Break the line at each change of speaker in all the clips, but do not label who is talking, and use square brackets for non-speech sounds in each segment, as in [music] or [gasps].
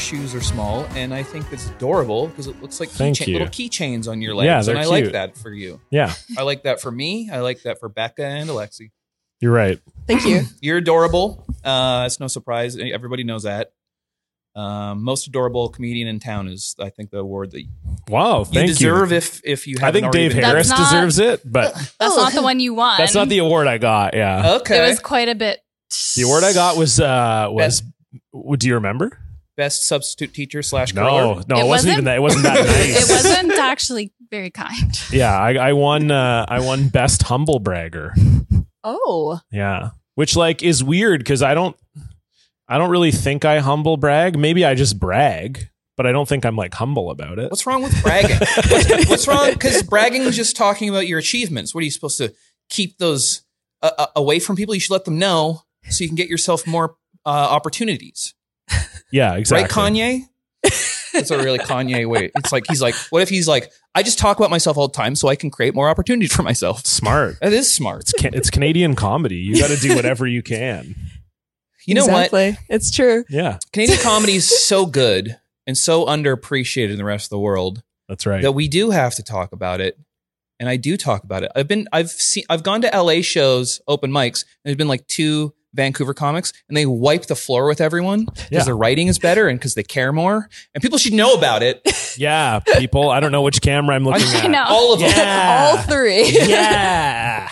small, and I think it's adorable because it looks like
Thank
keychain-
you.
little keychains on your legs.
Yeah,
and
they're
I like
cute.
that for you.
Yeah,
I like that for me. I like that for Becca and Alexi.
you're right.
Thank you.
You're adorable. Uh, it's no surprise. Everybody knows that. Um, most adorable comedian in town is, I think, the award that you
Wow, thank you.
deserve if if you
I
haven't
think
already
Dave
been-
Harris
That's not-
deserves it,
[laughs]
but
[clears throat] That's not the one you won.
that's not the award I got. Yeah,
Oh. Okay.
It was quite a bit.
the award I got was uh was. w Do you remember?
best substitute teacher slash
No,
curler.
no, it,
It
wasn't,
wasn't?
even that. It
[laughs]
wasn't that
It
[laughs] nice.
wasn't actually very kind.
yeah, I, I won. Uh, I won best humble bragger.
Oh,
Yeah, which like is weird because I don't, I don't really think I humble brag. Maybe I just brag, but I don't think I'm like humble about it.
What's wrong with bragging? what's, what's wrong? Because bragging is just talking about your achievements. What are you supposed to keep those uh, uh, away from people? You should let them know so you can get yourself more uh, opportunities.
yeah, exactly.
Right, Kanye? That's a really Kanye way. It's like he's like, what if he's like, I just talk about myself all the time so I can create more opportunities for myself.
Smart.
That is smart.
It's can- it's Canadian comedy. You got to do whatever you can.
[laughs] You know what?
exactly. It's true.
Yeah,
Canadian comedy is so good and so underappreciated in the rest of the world
that's right.
that we do have to talk about it. And I do talk about it. I've been, I've seen, I've gone to LA shows, open mics, and there's been like two Vancouver comics, and they wipe the floor with everyone because
Yeah.
their writing is better and because they care more. And people should know about it.
Yeah, people. I don't know which camera
[laughs]
I'm looking at.
I know.
All of
[laughs]
them.
[laughs]
[laughs]
Yeah.
All three.
[laughs]
yeah.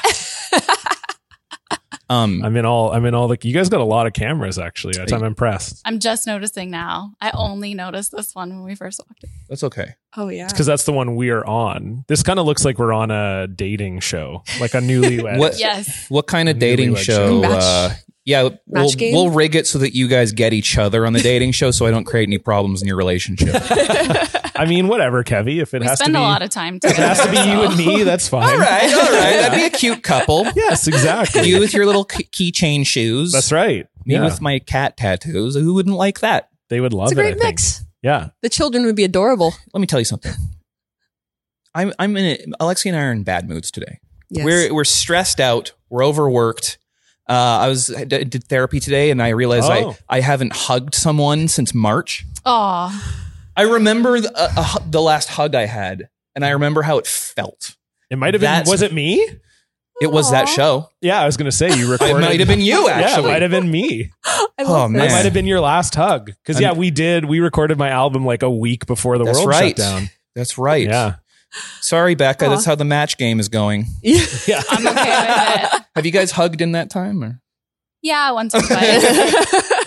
Um,
I'm in all. I'm in all the. You guys got a lot of cameras, actually. I'm impressed.
I'm just noticing now. I only noticed this one when we first walked in.
that's okay.
Oh yeah.
It's because that's the one we are on. This kind of looks like we're on a dating show, like a newlywed.
What-
Yes.
What kind of
Newlywed
dating
show.
show?
Match-
uh, yeah, we'll,
game?
we'll rig it so that you guys get each other on the dating show, so I don't create any problems in your relationship.
I mean, whatever, Kevy. If it
We
has to
spend
be,
a lot of time
if it
together.
has to be you
so-
and me. That's fine.
all right, all right, that'd be a cute couple.
Yes, exactly.
You with your little key- keychain shoes.
that's right.
Me
Yeah.
with my cat tattoos. Who wouldn't like that?
they would love
It's a
it,
great
I think.
mix.
Yeah.
The children would be adorable.
Let me tell you
[laughs]
something. I'm I'm in a, Alexi and I are in bad moods today. We're we're stressed out. We're overworked. Uh, I was I d- did therapy today, and I realized
Oh.
I I haven't hugged someone since March.
[laughs] Aw.
I remember the, uh, uh, the last hug I had, and I remember how it felt.
It might have been.
That's-
was it me?
It was that
Aw.
show.
Yeah, I was gonna say
[laughs]
you
It
recorded.
might have been you,
[laughs] Yeah, it
actually.
might have been me.
[laughs] I
oh
love
That
man,
might have been your last hug. Because yeah, we did. We recorded my album like a week before the
That's
world
right.
shut down.
That's right.
Yeah.
Sorry, Becca.
Aw.
That's how the match game is going.
this.
[laughs] Yeah.
I'm okay with it.
Have you guys hugged in that time? Or?
Yeah, once or
[laughs]
twice.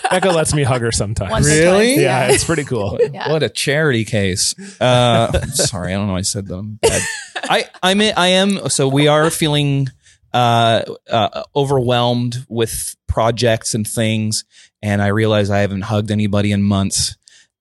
Becca lets me hug her sometimes.
Once or twice,
Really?
Yeah,
Yeah.
it's pretty [laughs] cool.
What,
Yeah.
what a charity case. Uh, [laughs] I'm sorry, I don't know. why I said that. I'm bad. I I'm in, I am. So we are feeling uh, uh, overwhelmed with projects and things, and I realize I haven't hugged anybody in months.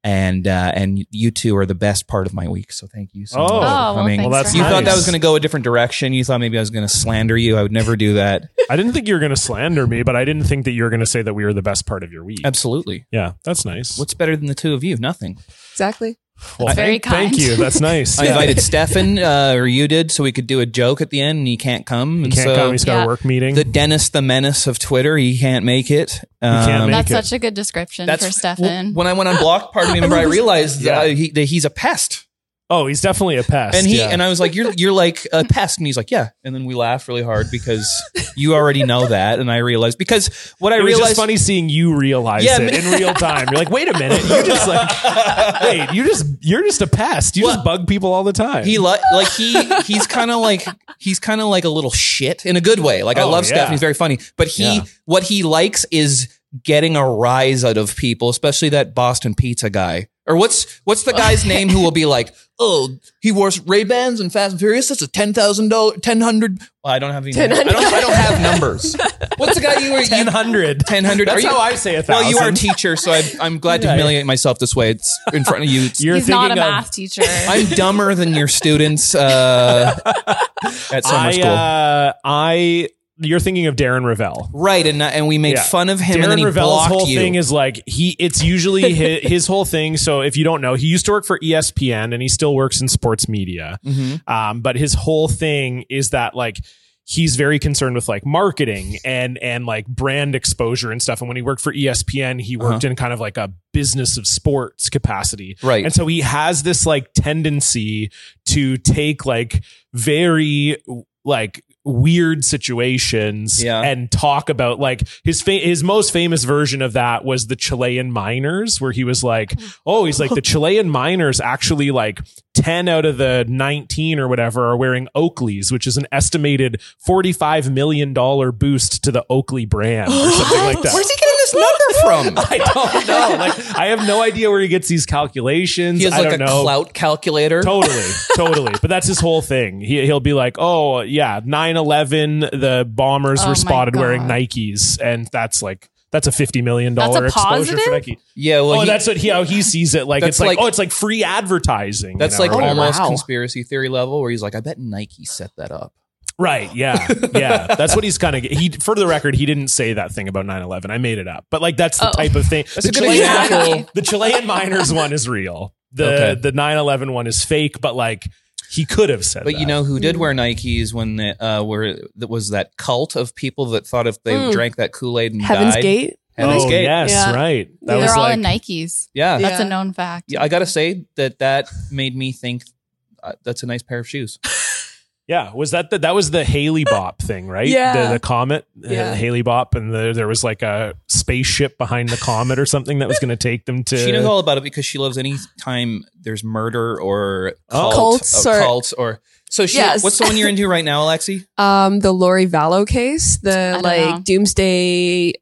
And uh, and you two are the best part of my week. So thank you so
Oh.
much
Oh,
for
well,
coming.
thanks
Well, that's
for
you
having
thought that
nice.
me.
was going to go a different direction. You thought maybe I was going to slander you. I would never do that. [laughs]
I didn't think you were going to slander me, but I didn't think that you were going to say that we were the best part of your week.
Absolutely.
Yeah, that's nice.
What's better than the two of you? Nothing.
exactly.
Well,
That's very
thank, thank
kind.
[laughs]
you. That's nice.
I
Yeah. [laughs]
[laughs]
invited Stefan, uh, or you did, so we could do a joke at the end, and he can't come.
He
And
can't
so
come. He's got a
Yeah.
work meeting.
the Dennis the Menace of Twitter, he can't make it. Um,
can't make
That's
it.
such a good description for
w-
Stefan.
when I went on block party,
[laughs]
remember I realized that, I- he, that he's a pest,
oh, he's definitely a pest.
and he
yeah.
and I was like, "You're you're like a pest," and he's like, "Yeah." And then we laughed really hard because you already know that, and I realized because what I
it was
realized,
just funny seeing you realize
Yeah,
it
but-
in real time. You're like, wait a minute, you just like,
[laughs]
wait, you just you're just a pest. You just
Well,
bug people all the time.
He li- like he he's kind of like he's kind of like a little shit in a good way. Like I
Oh,
love
yeah.
Stefan; he's very funny. But he
Yeah.
what he likes is getting a rise out of people, especially that Boston pizza guy. Or what's what's the guy's name who will be like, [laughs] oh, he wore Ray Bans and Fast and Furious. That's a ten thousand dollar ten hundred. Well, I don't have any. I don't, I don't have numbers. What's the guy you were?
ten
You,
hundred.
ten hundred.
That's how I say a thousand.
Well, you are a teacher, so I'm, I'm glad to
Yeah.
humiliate myself this way. It's in front of you. It's-
You're
He's not a
thinking of- [laughs]
math teacher.
I'm dumber than your students uh, at summer
I,
school.
uh, I, you're thinking of Darren Ravel.
right, and and we made
Yeah.
fun of him, and then
Darren
he
Ravel's
blocked
whole
you.
thing is like he. It's usually his, [laughs] his whole thing. So if you don't know, he used to work for E ESPN and he still works in sports media.
Mhm.
Um, but his whole thing is that like he's very concerned with like marketing and and like brand exposure and stuff. And when he worked for E ESPN, he
Uh-huh.
worked in kind of like a business of sports capacity.
Right.
And so he has this like tendency to take like very like weird situations
Yeah.
and talk about like his fa- his most famous version of that was the Chilean miners where he
[laughs]
was like oh he's like the Chilean miners actually like 10 out of the 19 or whatever are wearing Oakleys which is an estimated 45 million dollar boost to the Oakley brand or something
[laughs]
like that
Where's he getting this number from?
[laughs] I don't know like I have no idea where he gets these calculations
He has
I
like
don't
a
know
clout calculator.
[laughs] Totally, totally. But that's his whole thing. He, he'll be like, oh, yeah, 9 11, the bombers
Oh
were
my
spotted
God.
wearing Nikes. And that's like, that's a $50 million
That's a
exposure
positive?
for Nike.
Yeah, well,
oh,
he-
that's what he,
[laughs]
how he sees it. Like,
That's
it's
like-
like, oh, it's like free advertising.
that's
you
like
know, or whatever.
almost
Wow.
conspiracy theory level, where he's like, "I bet Nike set that up."
Right. Yeah. Yeah. that's what he's kind of, he, for the record, he didn't say that thing about 9 11. I made it up. But like, that's the
Oh.
type of thing.
That's
the,
a good
Chilean,
example.
[laughs] the Chilean miners one is real. The
Okay.
the 9 11 one is fake, but like, he could have said
But
that. Hmm.
you know who did wear Nikes when the, uh, were that was that cult of people that thought if they
Mm.
drank that Kool Aid and
Heaven's
died,
Gate.
Heaven's
oh,
Gate.
yes,
Yeah.
right. That
Yeah.
They're
was
all
like,
in Nikes.
Yeah.
That's
Yeah.
a known fact.
yeah, I gotta say that that made me think uh, that's a nice pair of shoes.
yeah, was that the, that was the Haley Bop thing, right?
[laughs] Yeah.
the, the comet,
Yeah.
uh, Haley Bop, and the, there was like a spaceship behind the comet or something that was going to take them to.
She knows all about it because she loves any time there's murder or
Oh.
cult,
Cults
uh,
or-
cults or so. She,
Yes.
what's the one you're into right now, Alexi?
Um, the Lori Vallow case,
I
the
don't
like
know.
doomsday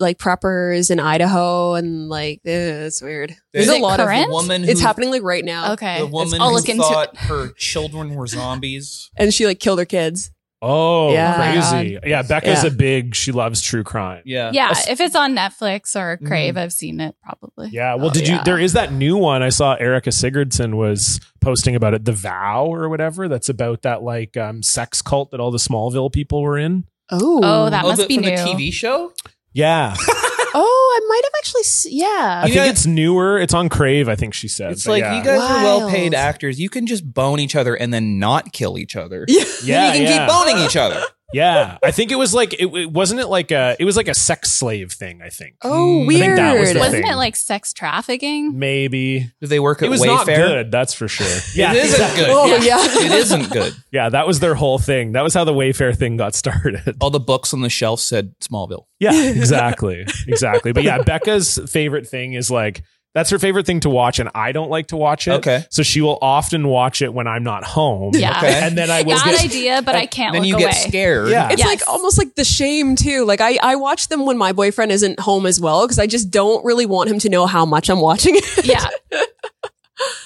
like preppers in Idaho, and like eh, it's weird. There's
Is
a
it
lot
current?
of.
The woman who,
It's happening like right now,
Okay.
The woman
I'll
who
look into
thought
it.
her children were zombies.
and she like killed her kids.
Oh,
Yeah.
crazy! Yeah, Becca's
Yeah.
a big. She loves true crime.
Yeah.
Yeah,
That's-
if it's on Netflix or
Mhm.
Crave, I've seen it probably.
Yeah. Well,
Oh,
did you?
yeah.
There is that new one I saw. Erica Sigurdson was posting about it, The Vow or whatever. That's about that like um, sex cult that all the Smallville people were in.
Oh,
Oh, that
Oh,
must
the,
be
from
new.
the TV show.
Yeah,
Oh, I might have actually. Se- yeah.
[laughs]
I
You
think
guys-
it's newer. It's on Crave. I think she said.
It's
but
like
yeah.
you guys are
Wild.
well-paid actors. You can just bone each other and then not kill each other.
[laughs] Yeah.
Yeah,
then you can
yeah.
keep boning each other.
Yeah, I think it was like it, it wasn't it like a it was like a sex slave thing. I think
Oh,
I
weird.
think that was the
Wasn't
thing.
it like sex
Mm,
trafficking?
maybe
Do they work at
it was
Wayfair?
not good. That's for sure.
[laughs]
Yeah,
it isn't
exactly.
good.
Oh, yeah.
It isn't good.
yeah, that was their whole thing. That was how the Wayfair thing got started. [laughs]
All the books on the shelf said Smallville.
Yeah, exactly, exactly. But yeah, Becca's favorite thing is like that's her favorite thing to watch, and I don't like to watch it.
Okay.
so she will often watch it when I'm not home.
Yeah.
Okay.
and then I will
Bad
get
idea, but I can't
Then
look
you
away.
get scared.
Yeah.
It's like
Yes.
almost like the shame too. Like I, I watch them when my boyfriend isn't home as well because I just don't really want him to know how much I'm watching it.
Yeah.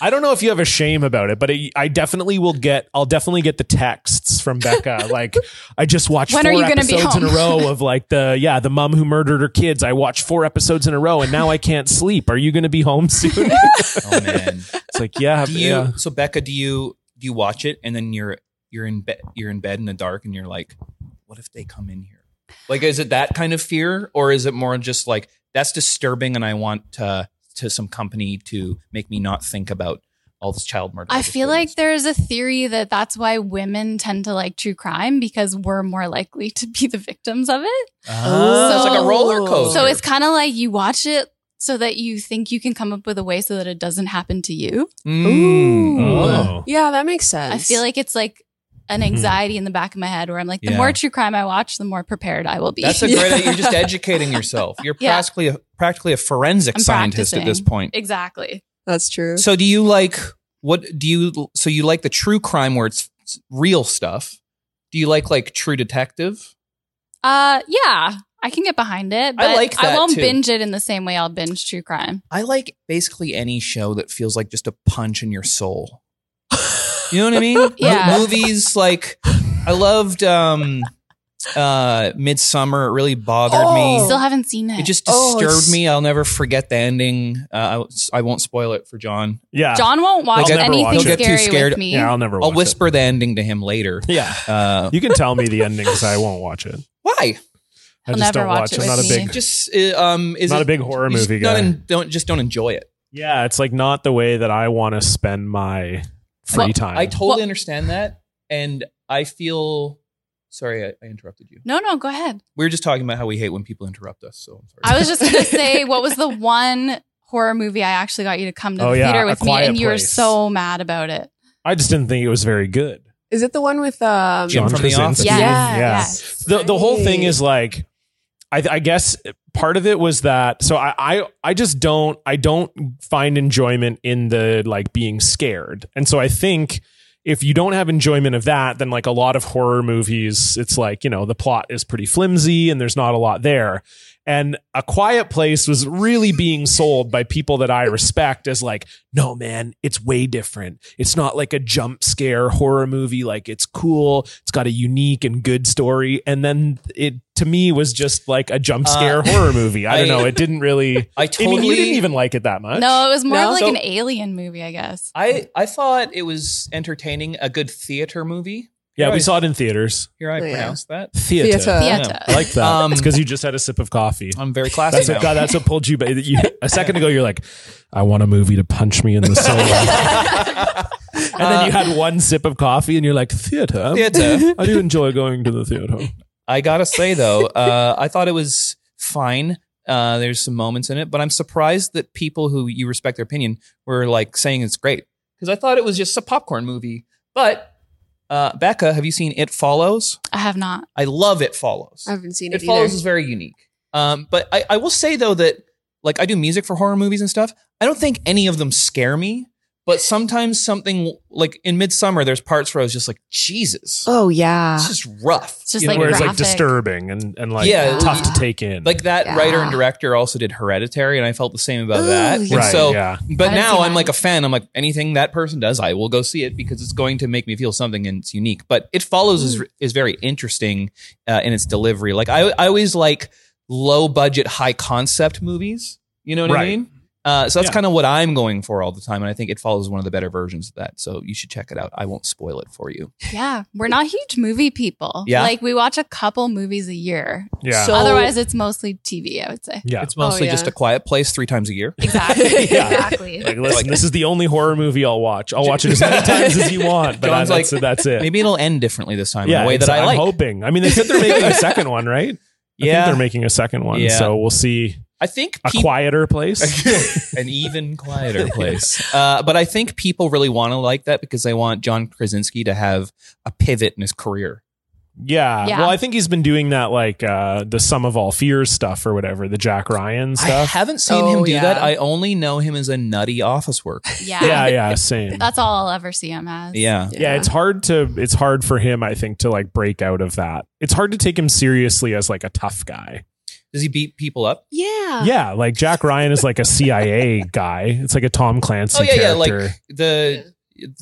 I don't know if you have a shame about it, but it, I definitely will get. I'll definitely get the texts from
[laughs]
Becca. like, I just watched
When are
four
you gonna be
episodes in a
home? [laughs]
row of like the yeah the mom who murdered her kids. I watched four episodes in a row, and now I can't sleep. Are you going to be home
[laughs]
soon?
Oh man.
it's like yeah,
Do you?
yeah.
So Becca, do you do you watch it and then you're you're in bed you're in bed in the dark and you're like, what if they come in here? Like, is it that kind of fear or is it more just like that's disturbing and I want uh, to some company to make me not think about all this child murder? [laughs]
I feel like there's a theory that that's why women tend to like true crime because we're more likely to be the victims of it.
Ah, it's like a roller coaster.
Oh. So it's kind of like you watch it so that you think you can come up with a way so that it doesn't happen to you.
Mm.
Oh.
[laughs] Yeah, that makes sense.
I feel like it's like an anxiety in the back of my head where I'm like, the
Mm-hmm. Yeah.
more true crime I watch, the more prepared I will be.
That's a great. You're just educating yourself. You're
Yeah.
practically a, practically a forensic
I'm
scientist at this
practicing.
point.
[laughs] exactly.
that's true.
So do you like what do you so you like the true crime where it's real stuff? Do you like like True Detective?
Uh, yeah, I can get behind it. But I
like that,
won't
too.
binge it in the same way I'll binge true crime.
I like basically any show that feels like just a punch in your soul. [laughs] You know what I mean? Mo-
Yeah.
movies like I loved um uh Midsummer. It really bothered
Oh.
me.
Still haven't seen it.
It just
Oh,
disturbed
it's-
me. I'll never forget the ending. Uh, I, I won't spoil it for John.
yeah.
John won't watch
I'll
never watch
anything
it. He'll
get too
scary
scared.
with me.
yeah, I'll never. Watch
I'll whisper the ending to him later.
It. Yeah,
Uh,
you can tell me the ending because I won't watch it.
why?
I
I'll
just
never
don't
watch
watch.
it
I'm not a
with me.
big.
Just uh, um, is
Not
it-
a big horror
you just
movie
Don't,
guy.
en- don't just don't enjoy it.
yeah, it's like not the way that I want to spend my free
Well,
time.
I totally
Well-
understand that, and I feel Sorry, I, I interrupted you.
No, no, go ahead.
We were just talking about how we hate when people interrupt us. So I'm sorry.
I was just going to say, what was the one horror movie I actually got you to come to
Oh,
the
yeah, A
theater with me,
Quiet
and you were
Place.
so mad about it?
I just didn't think it was very good.
Is it the one with um?
Jim from The Office.
Yeah.
Yes.
The the whole thing
Right.
is like, I I guess part of it was that. So I I I just don't I don't find enjoyment in the like being scared, and so I think. If you don't have enjoyment of that, then like a lot of horror movies, it's like, you know, the plot is pretty flimsy and there's not a lot there. And A Quiet Place was really being sold by people that I respect as like, no, man, it's way different. It's not like a jump scare horror movie. Like it's cool. It's got a unique and good story. And then it to me was just like a jump scare
Uh,
horror movie. I, don't
[laughs] I-
know. It didn't really.
I
I
totally.
mean, you didn't even like it that much.
No, it was more
No?
of like
So-
an alien movie, I guess.
I I thought it was entertaining, a good theater movie.
Yeah, we saw it in theaters.
Here I
Oh,
Yeah.
pronounced that.
Theater.
Theater.
Yeah.
Theater.
I like that.
Um,
it's because you just had a sip of coffee.
I'm very classy
That's
now.
what, God, that's what pulled you back. You, a second ago, you're like, I want a movie to punch me in [laughs] the soul.
[laughs]
and then you had one sip of coffee and you're like, Uh, theater.
Theater.
I do enjoy going to the theater.
I gotta say
[laughs]
though, uh, I thought it was fine. Uh, there's some moments in it, but I'm surprised that people who you respect their opinion were like saying it's great because I thought it was just a popcorn movie. But uh, Becca, have you seen It Follows?
I have not.
I love It Follows.
I haven't seen
It
it,
Follows
either.
is very unique. Um, but I, I will say though that like I do music for horror movies and stuff. I don't think any of them scare me. But sometimes something like in Midsummer, there's parts where I was just like, Jesus,
Oh yeah.
this is rough.
It's just
You know,
like
Where it's
graphic.
like disturbing and, and like
Yeah.
tough to take in.
like that
Yeah.
writer and director also did Hereditary, and I felt the same about
Ooh,
that. And
yeah.
right.
so,
yeah.
but
I didn't
now
see
I'm
that.
like a fan. I'm like anything that person does, I will go see it because it's going to make me feel something and it's unique. But it follows
Mm.
is is very interesting uh, in its delivery. Like I I always like low budget, high concept movies. You know what I
Right.
mean? Uh, so that's
Yeah.
kind of what I'm going for all the time, and I think it follows one of the better versions of that. So you should check it out. I won't spoil it for you.
Yeah, we're not huge movie people.
Yeah.
like we watch a couple movies a year.
Yeah.
So-
Otherwise, it's mostly TV. I would
[laughs]
say.
yeah.
It's mostly
Oh, yeah.
just a quiet place three times a year.
Exactly.
Yeah.
Exactly.
Like, listen, this is the only horror movie I'll watch. I'll watch it
[laughs]
as many times as you want, but I,
John's like,
that's, that's it.
Maybe it'll end differently this time in a way that
it's-
I
I'm
like.
hoping. I mean, they said they're making a second one, right? I
Yeah.
think they're making a second one,
Yeah.
so we'll see.
I think
A
peop-
quieter place. [laughs]
an even quieter place. Uh, but I think people really want to like that because they want John Krasinski to have a pivot in his career.
Yeah.
Yeah.
Well, I think he's been doing that like uh the sum of all fears stuff or whatever, the Jack Ryan
I
[laughs]
stuff.
haven't seen
Oh,
him do
yeah.
that. I only know him as a nutty office worker.
Yeah.
yeah, yeah, same.
That's all I'll ever see him as.
Yeah.
yeah, it's hard to it's hard for him, I think, to like break out of that. It's hard to take him seriously as like a tough guy.
Does he beat people up?
Uh.
yeah.
yeah, like Jack Ryan is like a CIA guy. It's like a Tom Clancy
Oh yeah, yeah.
character.
Like the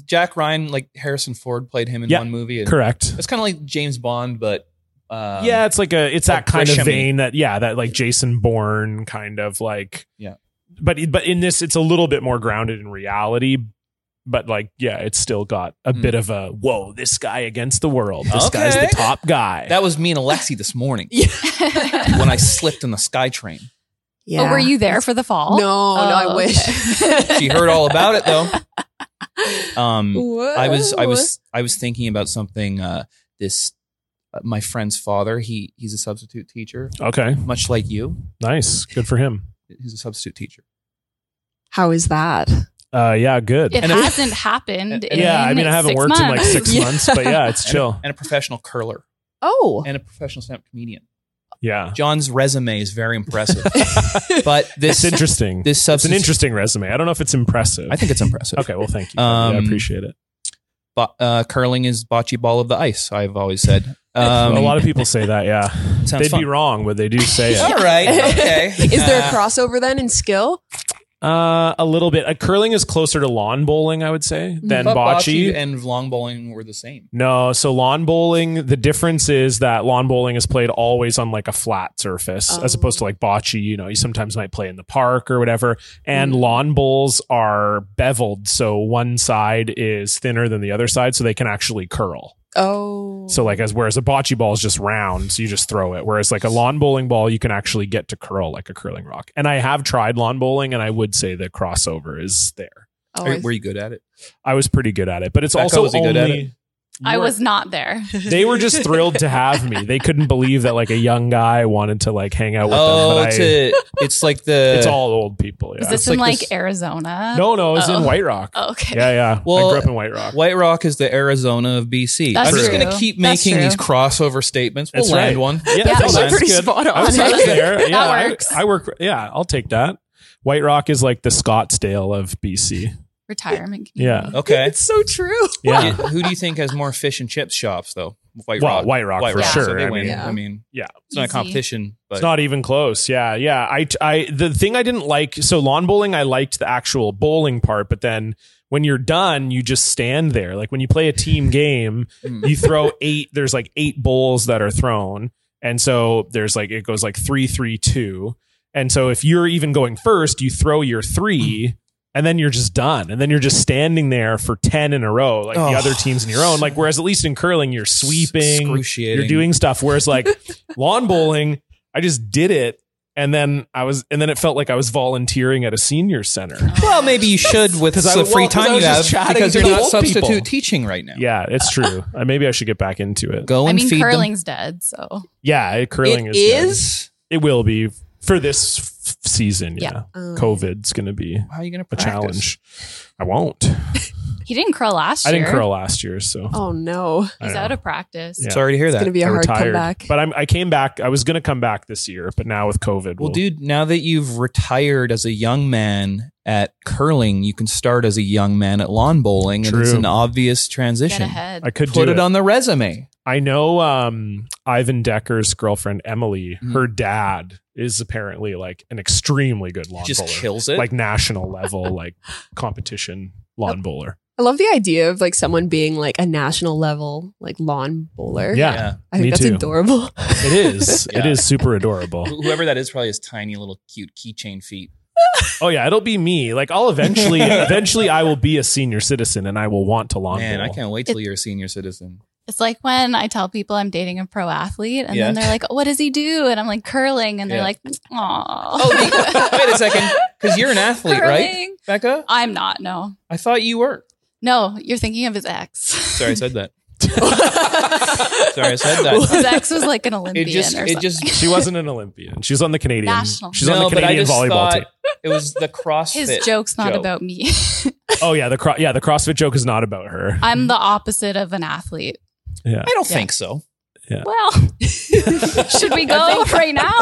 Jack Ryan, like Harrison Ford played him in
Yeah.
one movie. And
Correct.
It's kind of like James Bond, but um,
yeah, it's like a it's
a
that kind
Grisham-y.
of vein that yeah, that like Jason Bourne kind of like
Yeah.
But but in this, it's a little bit more grounded in reality. But like yeah, it's still got a
Hmm.
bit of a whoa, this guy against the world. This
Okay.
guy's the top guy.
That was me and Alexi this
[laughs]
morning
[laughs] but
when I slipped on the SkyTrain.
Yeah.
Oh, were you there for the fall?
No, no, I
Oh, [laughs]
wish.
okay.
[laughs]
She heard all about it
[laughs]
though. Um,
Mm,
I was I
Whoa. [laughs]
was I was thinking about something. Uh, this uh, my friend's father. He he's a substitute teacher,
okay,
much like you.
nice, good for him.
He's a substitute teacher.
How is that?
Uh, yeah, good.
It
And if-
hasn't happened.
[laughs]
in
yeah, I mean, I haven't
six
worked in like
months.
six
Yeah.
months, but yeah, it's
And a-
chill.
and a professional curler
Oh.
and a professional stand-up comedian.
Yeah,
John's resume is very
[laughs]
impressive, but
it's
this
interesting.
this
It's an
substitute.
interesting resume. I don't know if it's impressive.
I think it's impressive.
okay, well, thank you. I
Um,
appreciate it.
Bo- uh, curling is bocce ball of the ice. I've always said. Um,
a lot of people say that. Yeah,
sounds
they'd
fun.
be wrong, but they do say
[laughs]
it.
All right. Okay.
[laughs] Is there a
Uh,
crossover then in skill?
Uh, a little bit. Uh, curling is closer to lawn bowling, I would say,
I
than
thought
bocce.
and long bowling were the same?
no, so lawn bowling. The difference is that lawn bowling is played always on like a flat surface, as
Oh.
opposed to like bocce. You know, you sometimes might play in the park or whatever. And
Mm.
lawn bowls are beveled, so one side is thinner than the other side, so they can actually curl.
Oh.
So like as whereas a bocce ball is just round, so you just throw it. Whereas like a lawn bowling ball, you can actually get to curl like a curling rock. And I have tried lawn bowling, and I would say the crossover is there.
Oh,
Are-
I-
were you good at it?
I was pretty good at it, but it's
Becca,
also
was he
only.
good at it?
I
were-
was not there.
[laughs] They were just thrilled to have me. They couldn't believe that like a young guy wanted to like hang out with
Oh,
them. But
it's,
I,
a, it's like the
[laughs] it's all old people. Yeah.
[laughs] Is this
It's
in
like
like
this-
Arizona?
no, no, it's
Oh.
in White Rock.
Oh, okay.
Yeah, yeah.
Well,
I grew up in White Rock.
White Rock is the Arizona of BC.
That's
I'm just
true.
going to keep
That's
making
true.
these crossover statements. We'll
That's
land
right.
one.
Yeah,
Yeah,
that's
those are
nice.
pretty
Good.
spot
I was
on.
I was
[laughs]
there. Yeah, I-
works.
I, work. Yeah, I'll take that. White Rock is like the Scottsdale of BC.
Retirement.
Yeah. [laughs]
Okay.
[laughs] It's so true.
Yeah.
You- Who do you think has more fish and chip shops, though? White
well,
Rock.
White Rock
White
for
Rock.
sure.
So they
I
win.
mean,
Yeah.
I mean,
Yeah.
it's not a
Easy.
competition, but
It's not even close. Yeah, yeah. I, I, the thing I didn't like. So lawn bowling, I liked the actual bowling part, but then when you're done, you just stand there. Like when you play
[laughs]
a team game,
Mm.
you throw eight. There's like eight bowls that are thrown, and so there's like it goes like three, three, two, and so if you're even going first, you throw your three. And then you're just done. And then you're just standing there for 10 in a row, like
Oh.
the other teams in your own. Like, whereas at least in curling, you're sweeping,
excruciating.
you're doing stuff. Whereas like lawn bowling, I just did it, and then I was, and then it felt like I was volunteering at a senior center.
Well, maybe you should with
'Cause I-
the
well,
free
'cause I
time you
was
have
just chatting
because
to
you're
the
not
old
substitute
people.
teaching right now.
Yeah, it's true. Uh, maybe I should get back into it.
Go
I
and
mean,
feed them.
curling's dead, so
Yeah, it, curling
It
is. dead.
is.
It will be for this f- season. Yeah,
Um,
COVID's going to be
How are you going to
a
practice?
challenge. I won't.
he didn't curl last
I
year.
didn't curl last year, so
Oh no, it's
I
He's
know.
out of practice.
Yeah.
Sorry to hear that.
gonna be a
I
hard
retired.
comeback.
But I'm, I came back. I was going to come back this year, but now with COVID,
Well,
we'll-
dude, now that you've retired as a young man at curling, you can start as a young man at lawn bowling, and it's
True.
an obvious
Get
transition.
ahead.
I could
Put
do
it on the resume.
I know um, Ivan Decker's girlfriend Emily.
Mm.
Her dad is apparently like an extremely good lawn
Just
bowler,
kills it.
like national level, like competition lawn bowler.
I love the idea of like someone being like a national level like lawn bowler.
Yeah,
yeah.
I think
me
that's
too.
adorable.
it
[laughs]
is. It
Yeah.
is super adorable.
Wh- Whoever that is probably has tiny little cute keychain feet.
Oh yeah, it'll be me. Like
[laughs]
I'll eventually, eventually, I will be a senior citizen and I will want to lawn
Man,
bowl.
I can't wait till you're a senior
[laughs]
citizen.
It's like when I tell people I'm dating a pro athlete, and
Yeah.
then they're like, "What does he do?" And I'm like, "Curling," and they're
Yeah.
like, "Aw."
Oh,
[laughs]
the- wait a second, because you're an athlete, right,
Curling.
Becca?
I'm not. No,
I thought you were.
no, you're thinking of his ex.
Sorry, I said that.
[laughs]
Sorry, I said that.
[laughs] his ex was like an
It
Olympian
just,
or
it
something. [laughs]
just.
She wasn't an Olympian. She's on the Canadian.
National.
She's on the
but I
Canadian
just
volleyball
thought
team.
It was the CrossFit.
[laughs] his joke's not
joke.
about me. [laughs]
Oh yeah, the cro- yeah the CrossFit joke is not about her.
I'm the opposite of an athlete.
Yeah.
I don't
Yeah.
think so.
Well, [laughs]
[laughs]
should we go [laughs] right now?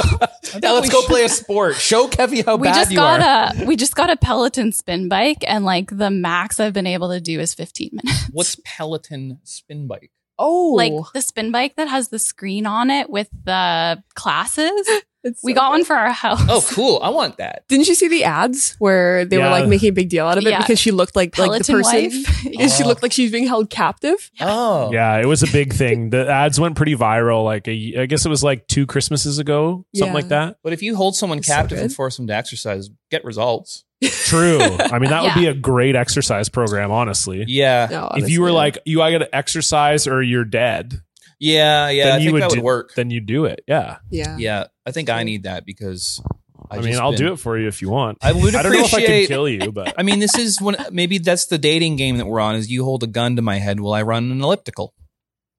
Now let's go play a sport. Show Kevy how
we just got a we just got a Peloton spin bike, and like the max I've been able to do is 15 minutes.
What's Peloton spin bike?
oh,
Like the spin bike that has the screen on it with the classes.
It's
We
so
got
good.
one for our house. [laughs]
Oh, cool! I want that.
[laughs] Didn't you see the ads where they
Yeah.
were like making a big deal out of it
Yeah.
because she looked like like the
Peloton
person
[laughs]
wife.
Yeah, she
Oh.
looked like she was being held captive.
Oh,
Yeah, it was a big thing. The ads went pretty viral. Like a, I guess it was like two Christmases ago, something
Yeah.
like that.
But if you hold someone
It's so
captive and
good.
force them to exercise, get results.
True. I mean, that would
Yeah.
be a great exercise program, honestly.
Yeah,
No,
if you
honestly.
were like, you, I got to exercise or you're dead,
yeah, yeah.
Then
I
you
think
would
that would
do-
work.
then you do it. Yeah.
yeah,
yeah, I think I need that because
I, mean, I'll do it for you if you want.
I would
[laughs] I don't know if I can
appreciate-
kill you, but
I mean, this is when maybe that's the dating game that we're on. Is you hold a gun to my head while I run an elliptical.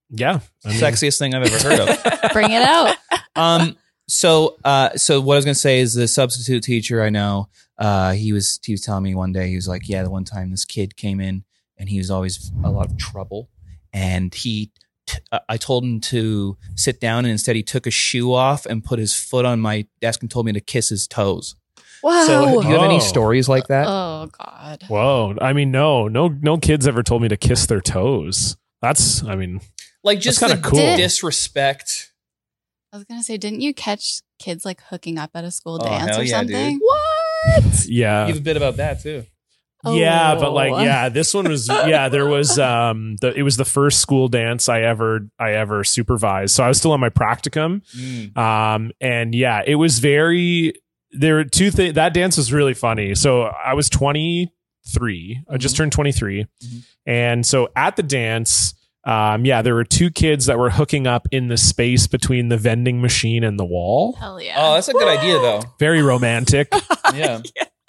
yeah. I mean,
Sexiest thing I've ever heard of.
Bring
[laughs]
it out.
um so uh so what i was gonna say is the substitute teacher i know uh he was he was telling me one day he was like yeah the one time this kid came in and he was always a lot of trouble and he t- uh, i told him to sit down and instead he took his shoe off and put his foot on my desk and told me to kiss his toes
Wow.
so do you have
Oh.
any stories like that
Oh God.
Whoa. I mean, no, no, no kids ever told me to kiss their toes. That's, I mean,
like just
that's
the
kinda cool.
disrespect
I was gonna say, didn't you catch kids like hooking up at a school
Oh,
dance
hell
or
yeah, dude.
something? [laughs]
what?
you
yeah.
have a bit about that too
Yeah, but like
Oh.
yeah, this one was yeah, there was um the it was the first school dance I ever I ever supervised. So I was still on my practicum. Um, and yeah, it was very. There were two things. That dance was really funny. So I was 23. I just
Mm-hmm.
Mhm.
turned 23.
Mhm.
And so at the dance, um, yeah, there were two kids that were hooking up in the space between the vending machine and the wall.
Hell yeah.
oh that's a good idea though
Very
[laughs]
romantic.
yeah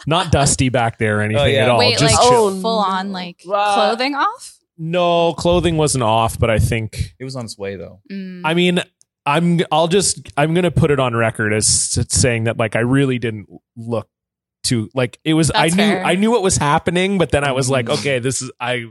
Not dusty back there or anything
yeah.
at all.
Wait,
just
like
chill.
Oh,
full on
no.
like
Wow.
clothing off?
No, clothing wasn't off, but I think
It was on its way though.
Mm.
I mean, I'm I'll just I'm gonna put it on record as s- saying that like I really didn't look too like it was I
That's
knew
fair.
I knew what was happening, but then I was like,
Mhm.
okay, this is I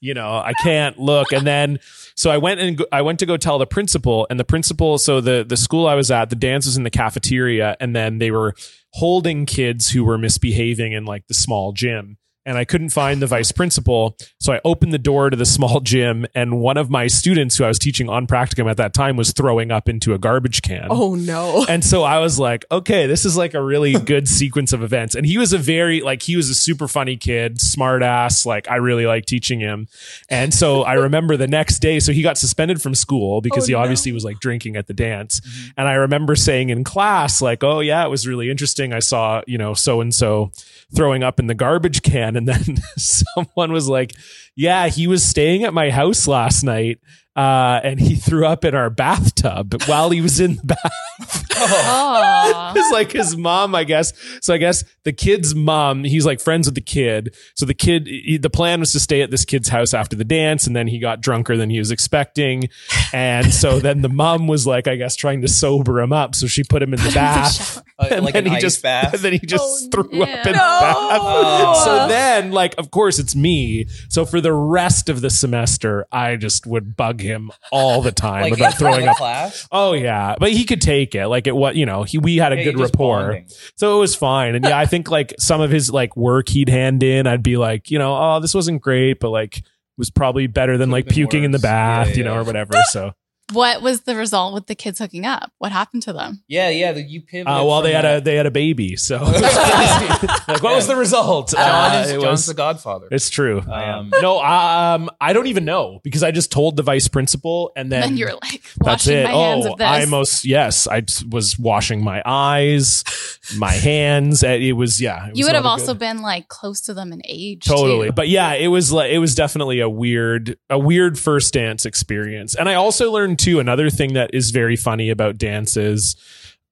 you know I can't look, and then so I went and go, I went to go tell the principal, and the principal so the the school I was at the dance was in the cafeteria, and then they were holding kids who were misbehaving in like the small gym. And I couldn't find the vice principal. So I opened the door to the small gym, and one of my students who I was teaching on practicum at that time was throwing up into a garbage can. [laughs]
Oh no. [laughs]
And so I was like, okay, this is like a really good sequence of events. And he was a very, like, he was a super funny kid, smart ass. Like, I really like teaching him. And so
[laughs]
I remember the next day, so he got suspended from school because
Oh,
he
no.
obviously was like drinking at the dance. And I remember saying in class, like, oh, yeah, it was really interesting. I saw, you know, so and so throwing up in the garbage can. And then [laughs] someone was like, yeah, he was staying at my house last night. Uh, and he threw up in our bathtub while he was in the bath.
oh.
[laughs] It's like his mom, I guess. So I guess the kid's mom, he's like friends with the kid. So the kid, he, the plan was to stay at this kid's house after the dance, and then he got drunker than he was expecting, and so then the mom was like, I guess, trying to sober him up. So she put
[laughs]
him in
[laughs]
the bath,
Uh,
and
like
then
an
he
ice
just,
bath.
and [laughs] then he just
Oh,
threw up in the
no.
bath. So
Oh.
then, like, of course, it's me. So for the rest of the semester, I just would bug him all the time
like [laughs]
about throwing up.
class.
Oh yeah, but he could take it. Like it what you know, he we had a
Yeah,
good
you're just
rapport,
bonding.
so it was fine. And yeah, I think like some of his like work he'd hand in, I'd be like, you know, oh this wasn't great, but like was probably better than like
been
puking in the
worse.
bath,
Yeah,
you know,
yeah.
or whatever.
[laughs]
So uh,
What was the result with the kids hooking up? What happened to them?
Yeah, yeah. The, you pivoted.
uh, well,
from
they had
that.
a they had a [laughs]
[laughs]
baby, so like what [laughs] was the result?
John
Uh,
is,
it
John's
was-
the Godfather.
it's true.
Um,
no, um, I don't even know because I just told the vice principal, and then
Then, you're like
That's
washing
it.
my hands
oh,
of this.
I most yes, I s- was washing my eyes, my hands. Uh, It was yeah. it was
you would
not
have
a
also
good-
been like close to them in age.
totally,
too.
but yeah, it was like it was definitely a weird, a weird first dance experience. And I also learned too another thing that is very funny about dances.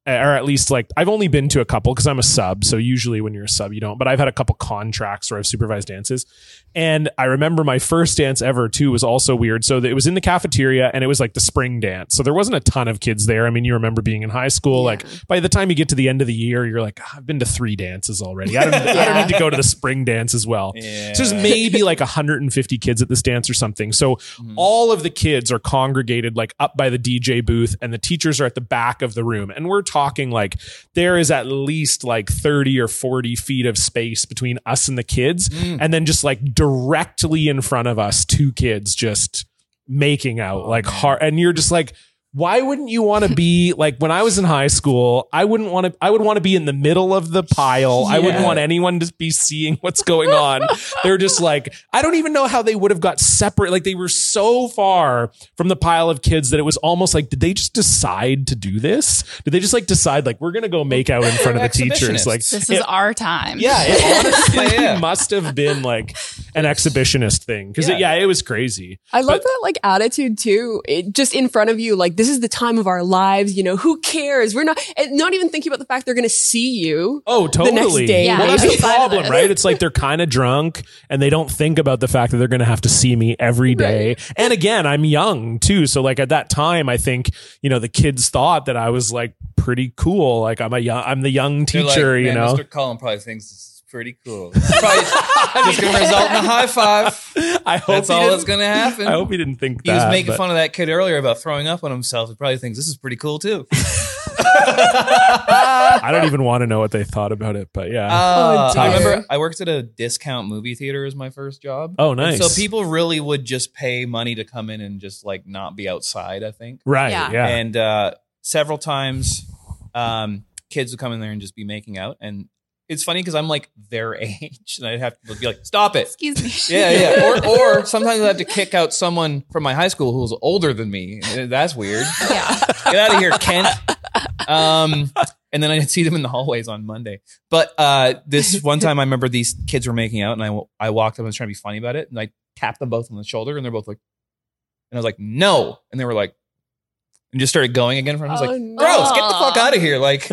uh, Or at least like I've only been to a couple because I'm a sub. So usually when you're a sub, you don't. But I've had a couple contracts where I've supervised dances, and I remember my first dance ever too was also weird. So it was in the cafeteria and it was like the spring dance. So there wasn't a ton of kids there. I mean, you remember being in high school.
Yeah.
Like by the time you get to the end of the year, you're like, "Ah, I've been to three dances already. I don't, I don't
[laughs] Yeah.
need to go to the spring dance as well.
yeah.
So there's maybe like 150 kids at this dance or something. So
Mhm.
all of the kids are congregated like up by the DJ booth and the teachers are at the back of the room. And we're talking like there is at least like 30 or 40 feet of space between us and the kids.
Mm.
[laughs] And then just like directly in front of us, two kids just making out
Oh,
like
man.
hard. And you're just like, why wouldn't you want
[laughs]
to be like when I was in high school? I wouldn't want to, I would want to be in the middle of the pile. I wouldn't
Yeah.
want anyone to be seeing what's
[laughs]
going on. They're just like, I don't even know how they would have got separate. Like they were so far from the pile of kids that it was almost like, did they just decide to do this? Did they just like decide, like, we're going to go make out in front of the teachers? Like,
This
it
is our time.
yeah, it honestly
Yeah, yeah.
must have been like an exhibitionist thing because yeah. It,
Yeah.
was crazy.
I love
But-
that like attitude too. It, just in front of you, like this is the time of our lives. You know, who cares? We're not and not even thinking about the fact they're going to see you.
Oh,
next
totally.
day,
well, that's
[laughs]
maybe.
the problem,
Fabulous.
right? It's like they're kind of drunk and they don't think about the fact that they're going to have to see me every day. And again, I'm young too, so like at that time, I think you know the kids thought that I was like pretty cool. Like I'm a young, I'm the young
They're like,
teacher, you
"Man,
know.
Mr. Cullen probably thinks it's pretty cool. [laughs] It's probably
[laughs]
just gonna result in a high five.
I [laughs] hope
That's
he
all
didn't-
that's gonna happen.
I hope he didn't think
he
that.
was making
but-
fun of that kid earlier about throwing up on himself. He probably thinks this is pretty cool
[laughs]
too. [laughs]
I don't even want to know what they thought about it, but yeah.
Uh,
Oh,
I
dear.
remember I worked at a discount movie theater as my first job.
oh, nice.
So people really would just pay money to come in and just like not be outside, I think.
right?
Yeah.
yeah.
And uh, several times um, kids would come in there and just be making out. And it's funny because I'm like their [laughs] age and I'd have to be like, stop it.
Excuse
[laughs]
me.
Yeah, yeah. Or, or sometimes I have to kick out someone from my high school who's older than me. That's weird.
[laughs] yeah.
Get out of here, Kent. Um, and then I'd see them in the hallways on Monday. But uh, this one time, I remember these kids were making out, and I I walked up and was trying to be funny about it, and I tapped them both on the shoulder, and they're both like, and I was like, no, and they were like, and just started going again. For I was
Oh,
like,
no.
gross, get the fuck out of here,
[laughs]
like,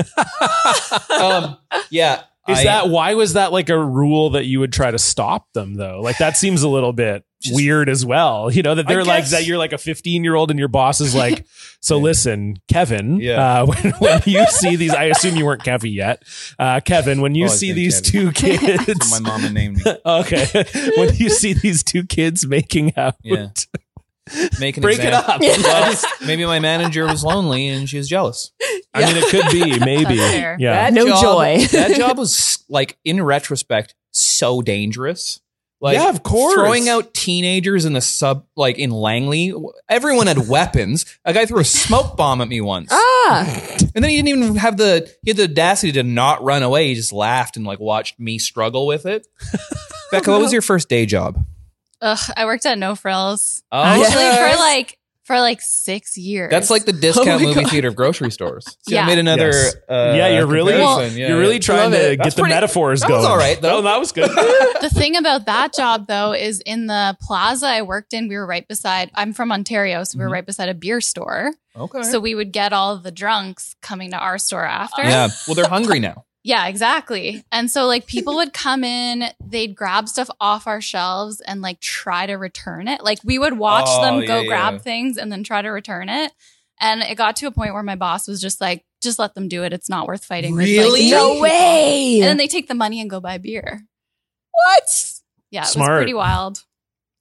um, yeah.
Is
I-
that why was that like a rule that you would try to stop them though? Like that seems a little bit
[laughs] Just-
weird as well. You know that
I
they're like
guess-
that. You're like a 15 year old, and your boss is
[laughs]
like, "So listen, Kevin,
Yeah.
uh, [laughs] when, when you see these, I assume you weren't Kevin yet, uh, Kevin. When you
Always
see
been
these
Kevin. [laughs] So
two
my
kids, [laughs]
mama named me.
okay, [laughs] when you see these two kids making out,
Yeah. Make an
[laughs] break it
example.
up."
Well, maybe my manager was lonely and she was jealous.
I mean, it could [laughs] be maybe,
That's fair.
yeah.
[laughs] That no
job-
joy.
that job was [laughs] like, in retrospect, so dangerous. Like,
yeah, of course.
Throwing out teenagers in the sub, like in Langley, everyone had weapons. A guy threw a smoke bomb at me once,
ah,
and then he didn't even have the he had the audacity to not run away. He just laughed and like watched me struggle with it. Becca, what was your first day job?
Ugh, I worked at No Frills
Oh,
actually
yes.
for like for like six years.
That's like the discount
my
movie
God.
theater of grocery stores. See, I
Yeah.
made another.
Yes.
Uh,
yeah, you're really,
comparison. Yeah,
you're really
yeah.
trying
Love it.
to get
That's
the
pretty-
metaphors
that
going.
was all right, though.
Oh, that
[laughs]
was good.
the thing about that job though is in the plaza I worked in, we were right beside I'm from Ontario, so we were
Mhm.
right beside a beer store.
Okay.
So we would get all the drunks coming to our store after.
yeah. Well, they're hungry now.
Yeah, exactly. And so like people would come in, they'd grab stuff off our shelves and like try to return it. Like we would watch
Oh,
them go
yeah,
grab
yeah.
things and then try to return it. And it got to a point where my boss was just like, just let them do it. It's not worth fighting. It's, like,
Really?
no way.
And then they take the money and go buy beer.
what?
Yeah, it was
Smart.
pretty wild.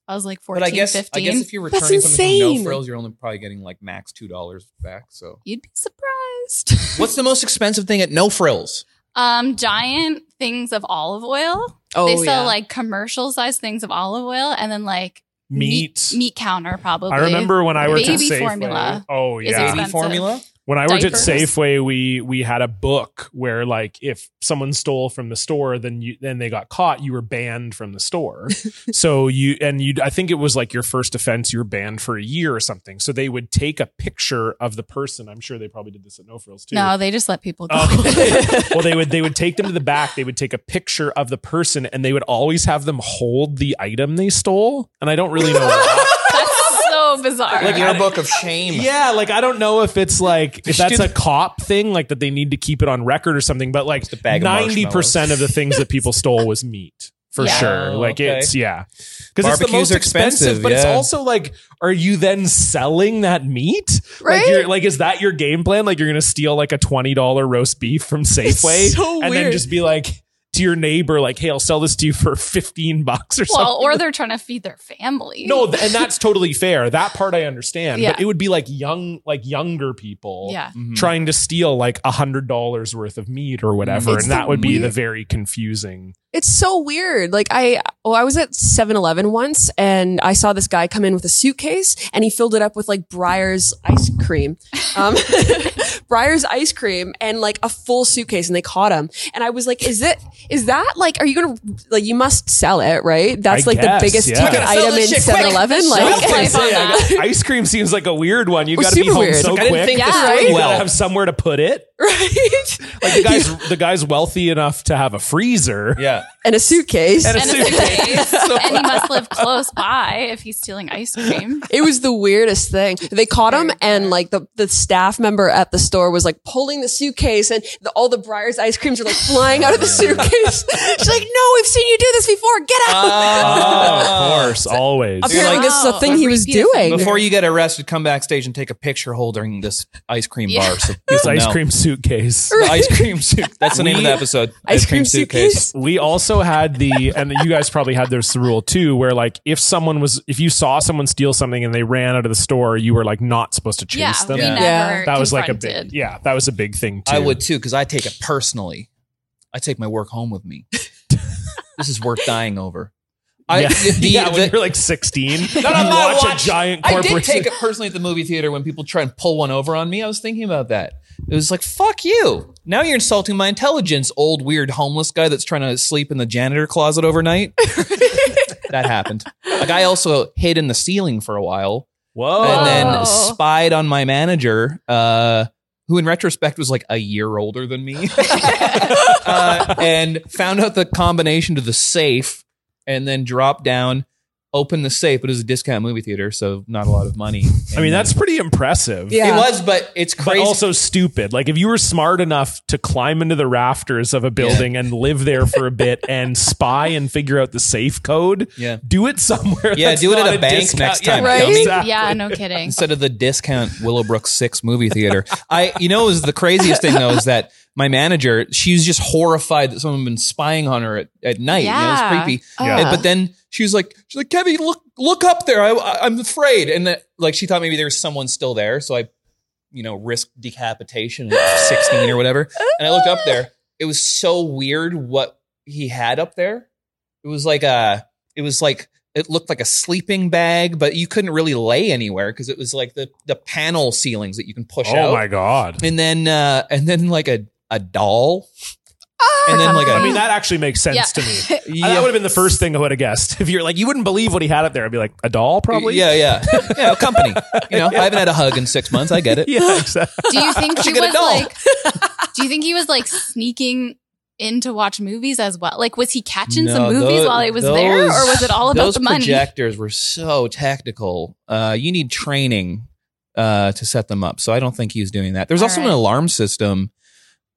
I was like 14,
but I guess
15.
I guess if you're
That's
returning something from no
insane.
frills, you're only probably getting like max two dollars back. So
You'd be surprised. [laughs]
what's the most expensive thing at no frills?
um, giant things of olive oil.
Oh,
they sell
yeah.
like commercial sized things of olive oil and then like
Meat.
meat counter probably.
I remember when I worked at
Baby
Safeway.
formula
Oh
is
yeah,
expensive.
Baby formula.
When I worked
Diapers.
at Safeway, we we had a book where like if someone stole from the store, then you then they got caught, you were banned from the
[laughs]
store. so you and you I think it was like your first offense, you were banned for a year or something. So they would take a picture of the person. I'm sure they probably did this at No Frills too.
No, they just let people go. [laughs]
Okay. well, they would they would take them to the back. They would take a picture of the person, and they would always have them hold the item they stole. And I don't really know. why.
That's so bizarre.
Like your book of
[laughs]
shame.
Yeah, like I don't know if it's like if that's a
Stupid.
cop thing, like that they need to keep it on record or something. But like
a bag of
ninety percent
[laughs]
of the things that people stole was meat for
Yeah.
sure.
Oh,
Like
okay.
it's yeah, because it's the
Barbecues
most
are
expensive.
expensive,
but it's
yeah.
also like, are you then selling that meat?
Right?
Like, you're, like is that your game plan? Like you're gonna steal like a twenty dollar roast beef from Safeway
[laughs] so
and then
weird.
just be like to your neighbor, like, hey, I'll sell this to you for fifteen bucks or something.
well, or they're trying to feed their family. [laughs]
No, th- and that's totally fair. That part I understand.
Yeah.
But it would be like young, like younger people
Yeah.
Mhm.
trying to steal like a hundred dollars worth of meat or whatever,
It's
and that
the
would be the
weird-
very confusing.
It's so weird. Like I, oh, I was at 7-Eleven once and I saw this guy come in with a suitcase and he filled it up with like Briar's ice cream, um, [laughs] Briar's ice cream and like a full suitcase and they caught him. And I was like, is it, is that like, are you going to, like, you must sell it, right? That's
I
like
guess,
the biggest
yeah.
ticket
You
gotta sell
item in
this shit quick.
7-Eleven.
I
Like,
was
[laughs]
gonna say, I got-
ice cream seems like a weird one. You've
Well,
got to be
super
home
weird.
so
Like, I didn't
quick.
think
Yeah.
this
Right?
[laughs]
through
you gotta
well.
have somewhere to put it.
right.
[laughs]
[laughs]
Like the guy's the guy's wealthy enough to have a freezer.
[laughs] Yeah.
And a suitcase.
And a
And, a
suitcase. [laughs]
suitcase. and he must live close by if he's stealing ice cream.
It was the weirdest thing. They caught him, and like the, the staff member at the store was like pulling the suitcase, and the, all the Briar's ice creams are like flying out of
[laughs]
the suitcase. She's like, "No, we've seen you do this before. Get
Oh,
out!"
Oh, of course, always.
Uh, you're
Apparently,
like-
this is a
Wow,
thing
a
he was
repeat offender.
doing.
Before you get arrested, come backstage and take a picture holding this ice cream
Yeah.
bar. So
This
people
ice
know.
cream suitcase.
The [laughs] ice cream suit. That's the name of the
We-
episode.
ice cream suitcase.
We also had the, and you guys probably had this rule too, where like if someone was, if you saw someone steal something and they ran out of the store, you were like not supposed to chase
Yeah,
them.
we
Yeah.
never
Yeah.
That was like a
confronted.
big, yeah, that was a big thing too.
I would too, because I take it personally. I take my work home with
[laughs]
me. this is worth dying over. I,
yeah,
the- the-
[laughs] yeah when
the-
you're like 16,
[laughs]
you
no, no,
watch,
watch.
a giant
I
corporation.
did take it personally at the movie theater when people try and pull one over on me. I was thinking about that. It was like, fuck you. Now you're insulting my intelligence, old weird homeless guy that's trying to sleep in the janitor closet overnight. [laughs] that happened. Like I also hid in the ceiling for a while
Whoa.
and then
Oh.
spied on my manager, uh, who in retrospect was like a year older than me, [laughs] uh, and found out the combination to the safe, and then dropped down, opened the safe, but it was a discount movie theater, so not a lot of money.
I mean,
And
that's pretty impressive.
Yeah.
it was, but it's
But
crazy.
also stupid. Like if you were smart enough to climb into the rafters of a building and live there for a bit and spy and figure out the safe code,
yeah.
do it somewhere.
Yeah,
that's
do it at
not
a bank
discount-
next
Yeah,
time,
Right? dummy.
exactly.
Yeah,
[laughs]
no kidding.
instead of the discount Willowbrook Six movie theater. I, you know, is the craziest thing though is that my manager, she's just horrified that someone had been spying on her at, at night. You know,
Yeah.
it's creepy.
Oh,
Yeah.
And- but then she was like, she's like, Kevin, look, look up there. I, I, am afraid. And that, like, she thought maybe there was someone still there. So I, you know, risked decapitation
[gasps]
at 16 or whatever. And I looked up there. It was so weird what he had up there. It was like a, it was like, it looked like a sleeping bag, but you couldn't really lay anywhere because it was like the, the panel ceilings that you can push out.
Oh my god.
And then, uh, and then like a, a
[laughs]
doll. And then like a,
I mean, that actually makes sense
Yeah.
to
[laughs]
me.
yeah.
That would have been the first thing I would have guessed. [laughs] If you're like, you wouldn't believe what he had up there. I'd be like, a doll, probably.
Yeah, yeah. Yeah, a company. You know, I haven't had a hug in six months. I get it.
[laughs] yeah, exactly.
do
[laughs]
you think he
get a
was
doll.
like?
[laughs]
Do you think he was like sneaking in to watch movies as well? Like, was he catching some
No,
movies
tho-
while he was there, or
those-
was it all about
Those
the money?
projectors were so technical. Uh, you need training uh, to set them up. So I don't think he was doing that. There's
All
also
right.
an alarm system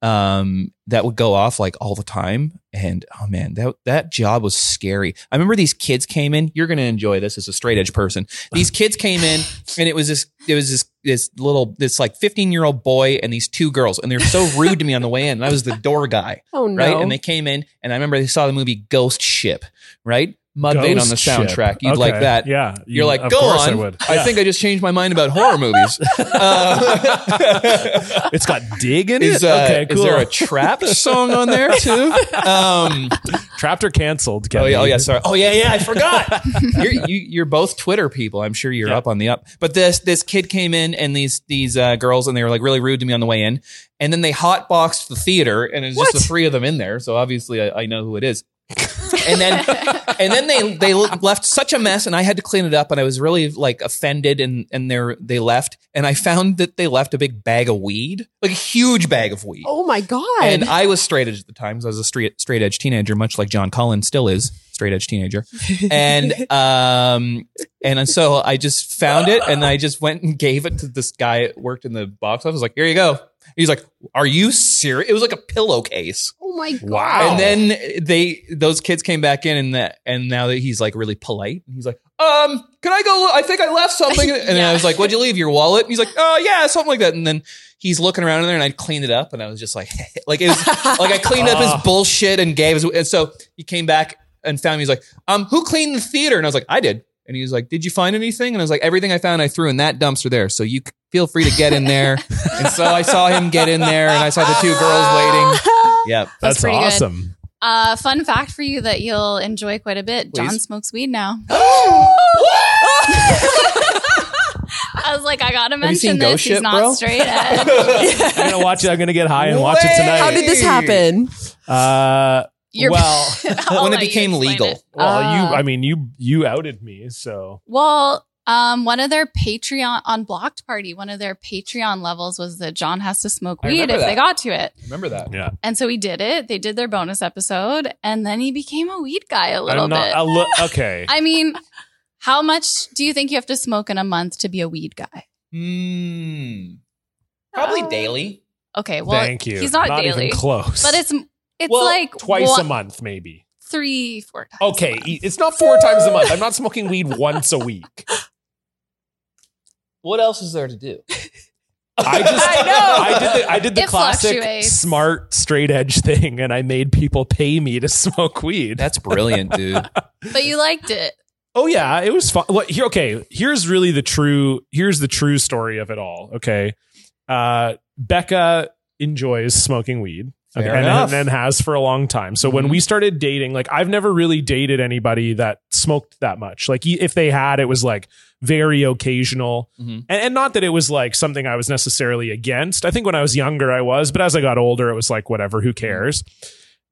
um, that would go off like all the time. And oh man, that that job was scary. I remember these kids came in. You're gonna enjoy this as a straight edge person. These
[sighs]
kids came in, and it was this it was this this little this like 15 year old boy and these two girls, and they're so rude to me on the way in. And I was the door guy
Oh no.
right? And they came in, and I remember they saw the movie Ghost Ship, right? Mudvayne on the
Ghost ship.
soundtrack. You'd
Okay,
like that.
Yeah.
You're
You-
like,
of
go
course
on. [laughs]
I would.
I think I just changed my mind about horror
[laughs]
movies. Uh, [laughs]
It's got dig in
is,
it.
uh,
okay, cool.
is
[laughs]
there a trap song on there too? Um,
Trapped or canceled?
oh,
Kevin?
yeah, oh yeah, sorry. Oh yeah, yeah, I forgot. you're, you, you're both Twitter people. I'm sure you're
Yeah.
up on the up. But this this kid came in and these these uh, girls and they were like really rude to me on the way in, and then they hotboxed the theater and it's just
What?
the three of them in there. So obviously I, I know who it is. and then and then they they left such a mess and I had to clean it up and I was really like offended and and they are they left and I found that they left a big bag of weed like a huge bag of weed
oh my god.
and
[laughs]
I was straight edge at the time. 'cause I was a straight straight edge teenager, much like John Collins still is straight edge teenager. And um and so I just found it and I just went and gave it to this guy that worked in the box office. I was like, here you go. He's like, Are you serious? It was like a pillowcase.
oh my god.
Wow.
And then they those kids came back in and that and now that he's like really polite, he's like, um, can I go? look? I think I left something. And then I was like, what'd you leave? Your wallet? And he's like, oh yeah, something like that. And then he's looking around in there and I cleaned it up and I was just like, [laughs] like it was like I cleaned up
Ah.
his bullshit and gave his. And so he came back and found me. He's like, um, who cleaned the theater? And I was like, I did. And he was like, did you find anything? And I was like, everything I found, I threw in that dumpster there. So you c- feel free to get in there. and so I saw him get in there and I saw the two girls waiting. Yep.
That's
That's,
pretty good.
awesome.
Uh, fun fact for you that you'll enjoy quite a bit. John
Please.
smokes
[gasps]
weed now.
Have
[laughs] I was like, I gotta
you seen
mention this.
Ghost
He's
Ship,
not
bro? [laughs]
straight edge.
I'm gonna watch it. I'm gonna get high and watch it
Way-
tonight.
How did this happen?
uh, well,
[laughs] I'll
when it
let you
became
explain
legal.
it.
well, you.
Ah.
I mean, you you outed me, so
Well, um, one of their Patreon on Blocked Party, one of their Patreon levels was that John has to smoke
I
weed if
remember
they
that.
got to it.
Remember that.
yeah.
And so he did it. They did their bonus episode, and then he became a weed guy a little
I'm not.
bit.
I look okay.
[laughs] I mean, how much do you think you have to smoke in a month to be a weed guy?
Hmm. Probably
Uh,
daily.
Okay, well,
Thank you.
He's not, daily,
even close.
but it's it's
Well,
like
twice
one-
a month, maybe.
three, four times. a
Okay,
month.
e- it's not four times a month. I'm not smoking weed
[laughs]
once a week.
What else is there to do?
I just
I know.
I did the I did the
It
classic
fluctuates.
smart straight edge thing, and I made people pay me to [laughs] smoke weed.
That's brilliant, [laughs] dude.
but you liked it.
Oh yeah, it was fun. Well, here, okay, here's really the true. Here's the true story of it all. Okay, uh, Becca enjoys smoking weed.
Fair
and,
enough.
and has for a long time. So when
Mhm.
we started dating, like I've never really dated anybody that smoked that much. Like e- if they had, it was like very occasional,
Mhm.
and, and not that it was like something I was necessarily against. I think when I was younger, I was, but as I got older, it was like whatever. Who
Mm-hmm.
cares?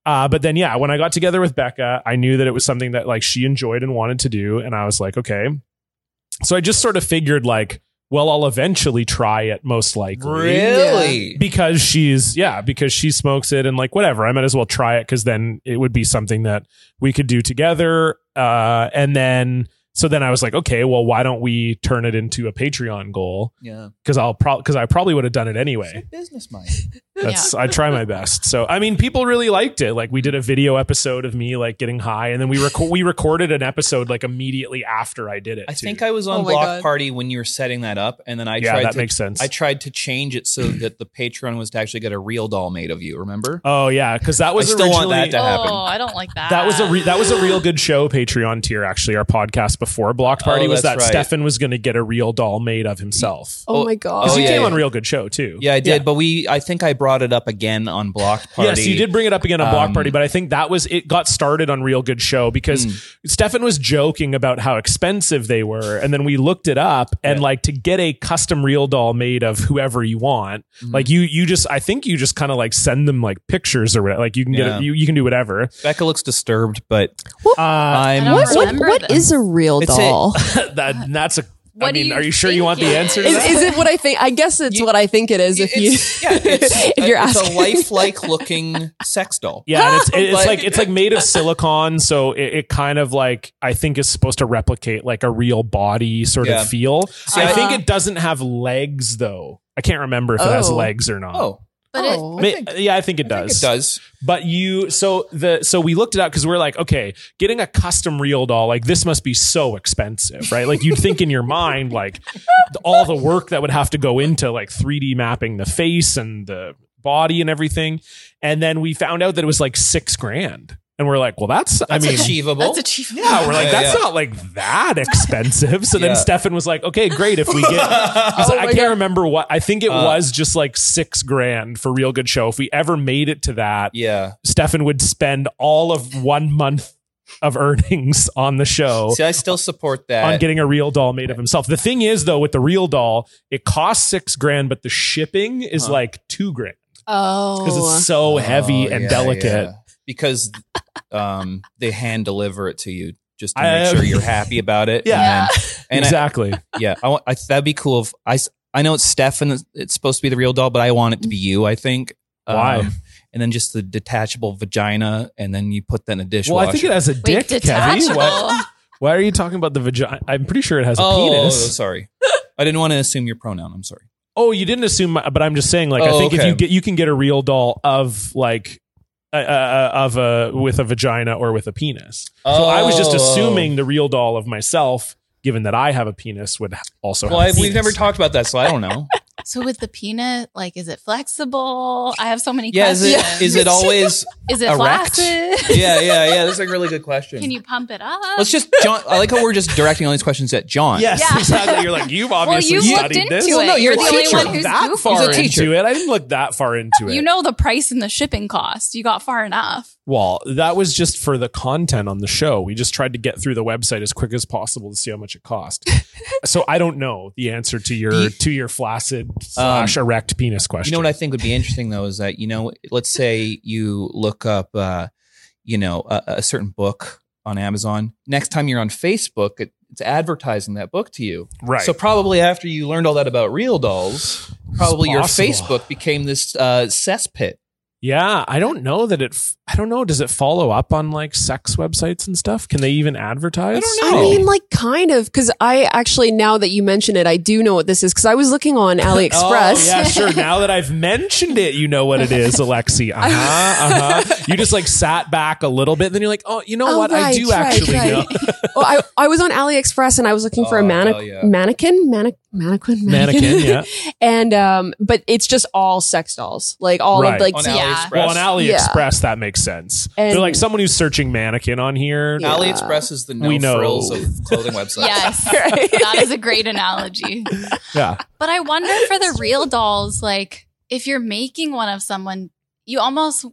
Uh, but then, yeah, when I got together with Becca, I knew that it was something that like she enjoyed and wanted to do. And I was like, okay. So I just sort of figured, like, well, I'll eventually try it most likely.
really?
Because she's, yeah, because she smokes it and like whatever. I might as well try it because then it would be something that we could do together. Uh, and then So then I was like, okay, well, why don't we turn it into a Patreon goal?
Yeah.
Because I'll probably because I probably would have done
[laughs]
it anyway.
Business mind.
That's I try my best. So I mean, people really liked it. Like we did a video episode of me like getting high, and then we reco- we recorded an episode like immediately after I did it.
I
too.
think I was on
Oh my
Block
God.
Party when you were setting that up, and then I
yeah,
tried
that
to
makes sense.
I tried to change it so that the Patreon was to actually get a real doll made of you. Remember?
oh yeah, because that was
I still want
originally-
that to happen.
Oh, I don't like that.
That was a re- that was a real
Ah.
good show Patreon tier actually. Our podcast before Block Party
Oh,
was that
that's right.
Stefan was going to get a real doll made of himself.
Oh,
Oh,
my god.
'Cause
oh,
he
yeah,
came
yeah.
on Real Good Show too.
yeah, I did. But we, I think I brought it up again on Block Party.
Yes, you did bring it up again on Block
Um, Hmm.
Party, but I think that was it got started on Real Good Show because Stefan was joking about how expensive they were, and then we looked it up and
Yeah.
like to get a custom real doll made of whoever you want,
Mhm.
like you you just I think you just kind of like send them like pictures or whatever. Like you can
Yeah.
get you, you can
[laughs]
do whatever.
Becca looks disturbed, but
Uh,
I
I'm.
don't
What, what,
remember
what
this.
is a real
It's a- [laughs]
doll?
that that's a.
What
I
do
mean,
you
are you sure you want the
think it
answer? To
is?
is,
that?
is it what I think? I guess it's
You-
what I think it is. If you, [laughs]
It's- [laughs] yeah, it's,
if you're
it's
asking.
a lifelike looking sex doll.
Yeah, and it's, it's
But-
like it's like made of silicon, so it, it kind of like I think is supposed to replicate like a real body sort
Yeah. uh,
of feel.
See,
I
I-
think it doesn't have legs though. I can't remember if it has
Oh.
legs or not.
Oh,
But it,
Oh.
Ma-
I think-
yeah, I think it
I think
does.
it does.
But you, so the so we looked it up because we're like, okay, getting a custom real doll like this must be so expensive, right? Like you'd think in your mind, like th- all the work that would have to go into like 3D mapping the face and the body and everything, and then we found out that it was like six grand, and we're like, well, that's, I
That's
mean.
achievable.
that's achievable.
yeah, we're like,
Yeah,
that's
yeah.
not like that expensive. So then
Yeah.
Stefan was like, okay, great. If we get,
[laughs]
I, was
Oh
like, I
my
can't
God.
remember what. I think it
Uh,
was just like six grand for Real Good Show. If we ever made it to that,
yeah.
Stefan would spend all of one month of earnings on the show
See, I still support
on
that.
getting a real doll made of himself. The thing is, though, with the real doll, it costs six grand, but the shipping is
Huh.
like two grand because
oh,
it's so heavy
Oh,
and
yeah,
delicate.
yeah. Because um, they hand deliver it to you just to
I-
make sure you're happy about it.
[laughs] Yeah.
And, then- and I- [laughs]
exactly.
yeah, I, want- I, that'd be cool if I, s- I know it's Stefan, it's supposed to be the real doll, but I want it to be
Mm-hmm.
you, I think. Um,
Why?
and then just the detachable vagina, and then you put that in a dishwasher.
well, I think it has a
Wait,
dick, Kevin.
detachable.
Why, why are you talking about the vagina? I'm pretty sure it has a
oh,
penis.
sorry. I didn't want to assume your pronoun. I'm sorry.
Oh, you didn't assume, my, but I'm just saying. Like, I
Oh,
think if
okay.
you get, you can get a real doll of like, uh, uh, of a with a vagina or with a penis. So I was just
Oh.
assuming the real doll of myself, given that I have a penis, would also.
Well,
have
I,
a penis.
we've never talked about that, so I don't
[laughs]
know.
So with the peanut, like, is it flexible? I have so many
Yeah, is
questions.
it is
[laughs]
it always?
Is it
erect?
[laughs]
flaccid?
Yeah, yeah, yeah. That's a really good question.
Can you pump it up?
Let's just. John, I like how we're just directing all these questions at John.
Yes, [laughs]
Yeah.
exactly. You're like you've obviously
you
studied
looked into
this.
it.
Well, no, you're
you're,
a
the only
teacher.
one who's
that
goofy.
far
He's a teacher.
into it. I didn't look that far into it.
You know the price and the shipping cost. You got far
[laughs]
enough.
well, that was just for the content on the show. We just tried to get through the website as quick as possible to see how much it
[laughs]
cost. so I don't know the answer to your
The- Um,
to your flaccid slash erect penis
You
question.
know what I think would be interesting though is that you know, let's say you look up, uh, you know, a, a certain book on Amazon. Next time you're on Facebook, it, it's advertising that book to you.
right.
So probably after you learned all that about real dolls, probably your
possible.
Facebook became this uh, cesspit.
Yeah, I don't know that it. f- I don't know. Does it follow up on like sex websites and stuff? Can they even advertise?
I don't
I
know. Oh.
mean, like kind of, because I actually now that you mention it, I do know what this is because I was looking on AliExpress.
[laughs] Oh,
[laughs]
yeah, sure. Now that I've mentioned it, you know what it is, Alexi. Uh huh. Uh huh. You just like sat back a little bit, and then you're like, oh, you know
Oh,
what? I
right,
do
right,
actually
[laughs]
right.
know.
[laughs] Well, I, I was on AliExpress and I was looking for a
Oh,
manne-
hell yeah.
mannequin, manne- mannequin, mannequin,
Mannequin, yeah.
[laughs] and um, but it's just all sex dolls, like all
Right. Oh,
of like
On
Yeah.
AliExpress.
Well, on AliExpress, that makes sense.
And-
They're like someone who's searching mannequin on here.
Yeah.
AliExpress is the no
We know.
frills of clothing website.
[laughs] Yes.
[laughs]
[laughs]
that is a great analogy.
Yeah.
But I wonder for the real dolls, like if you're making one of someone, you almost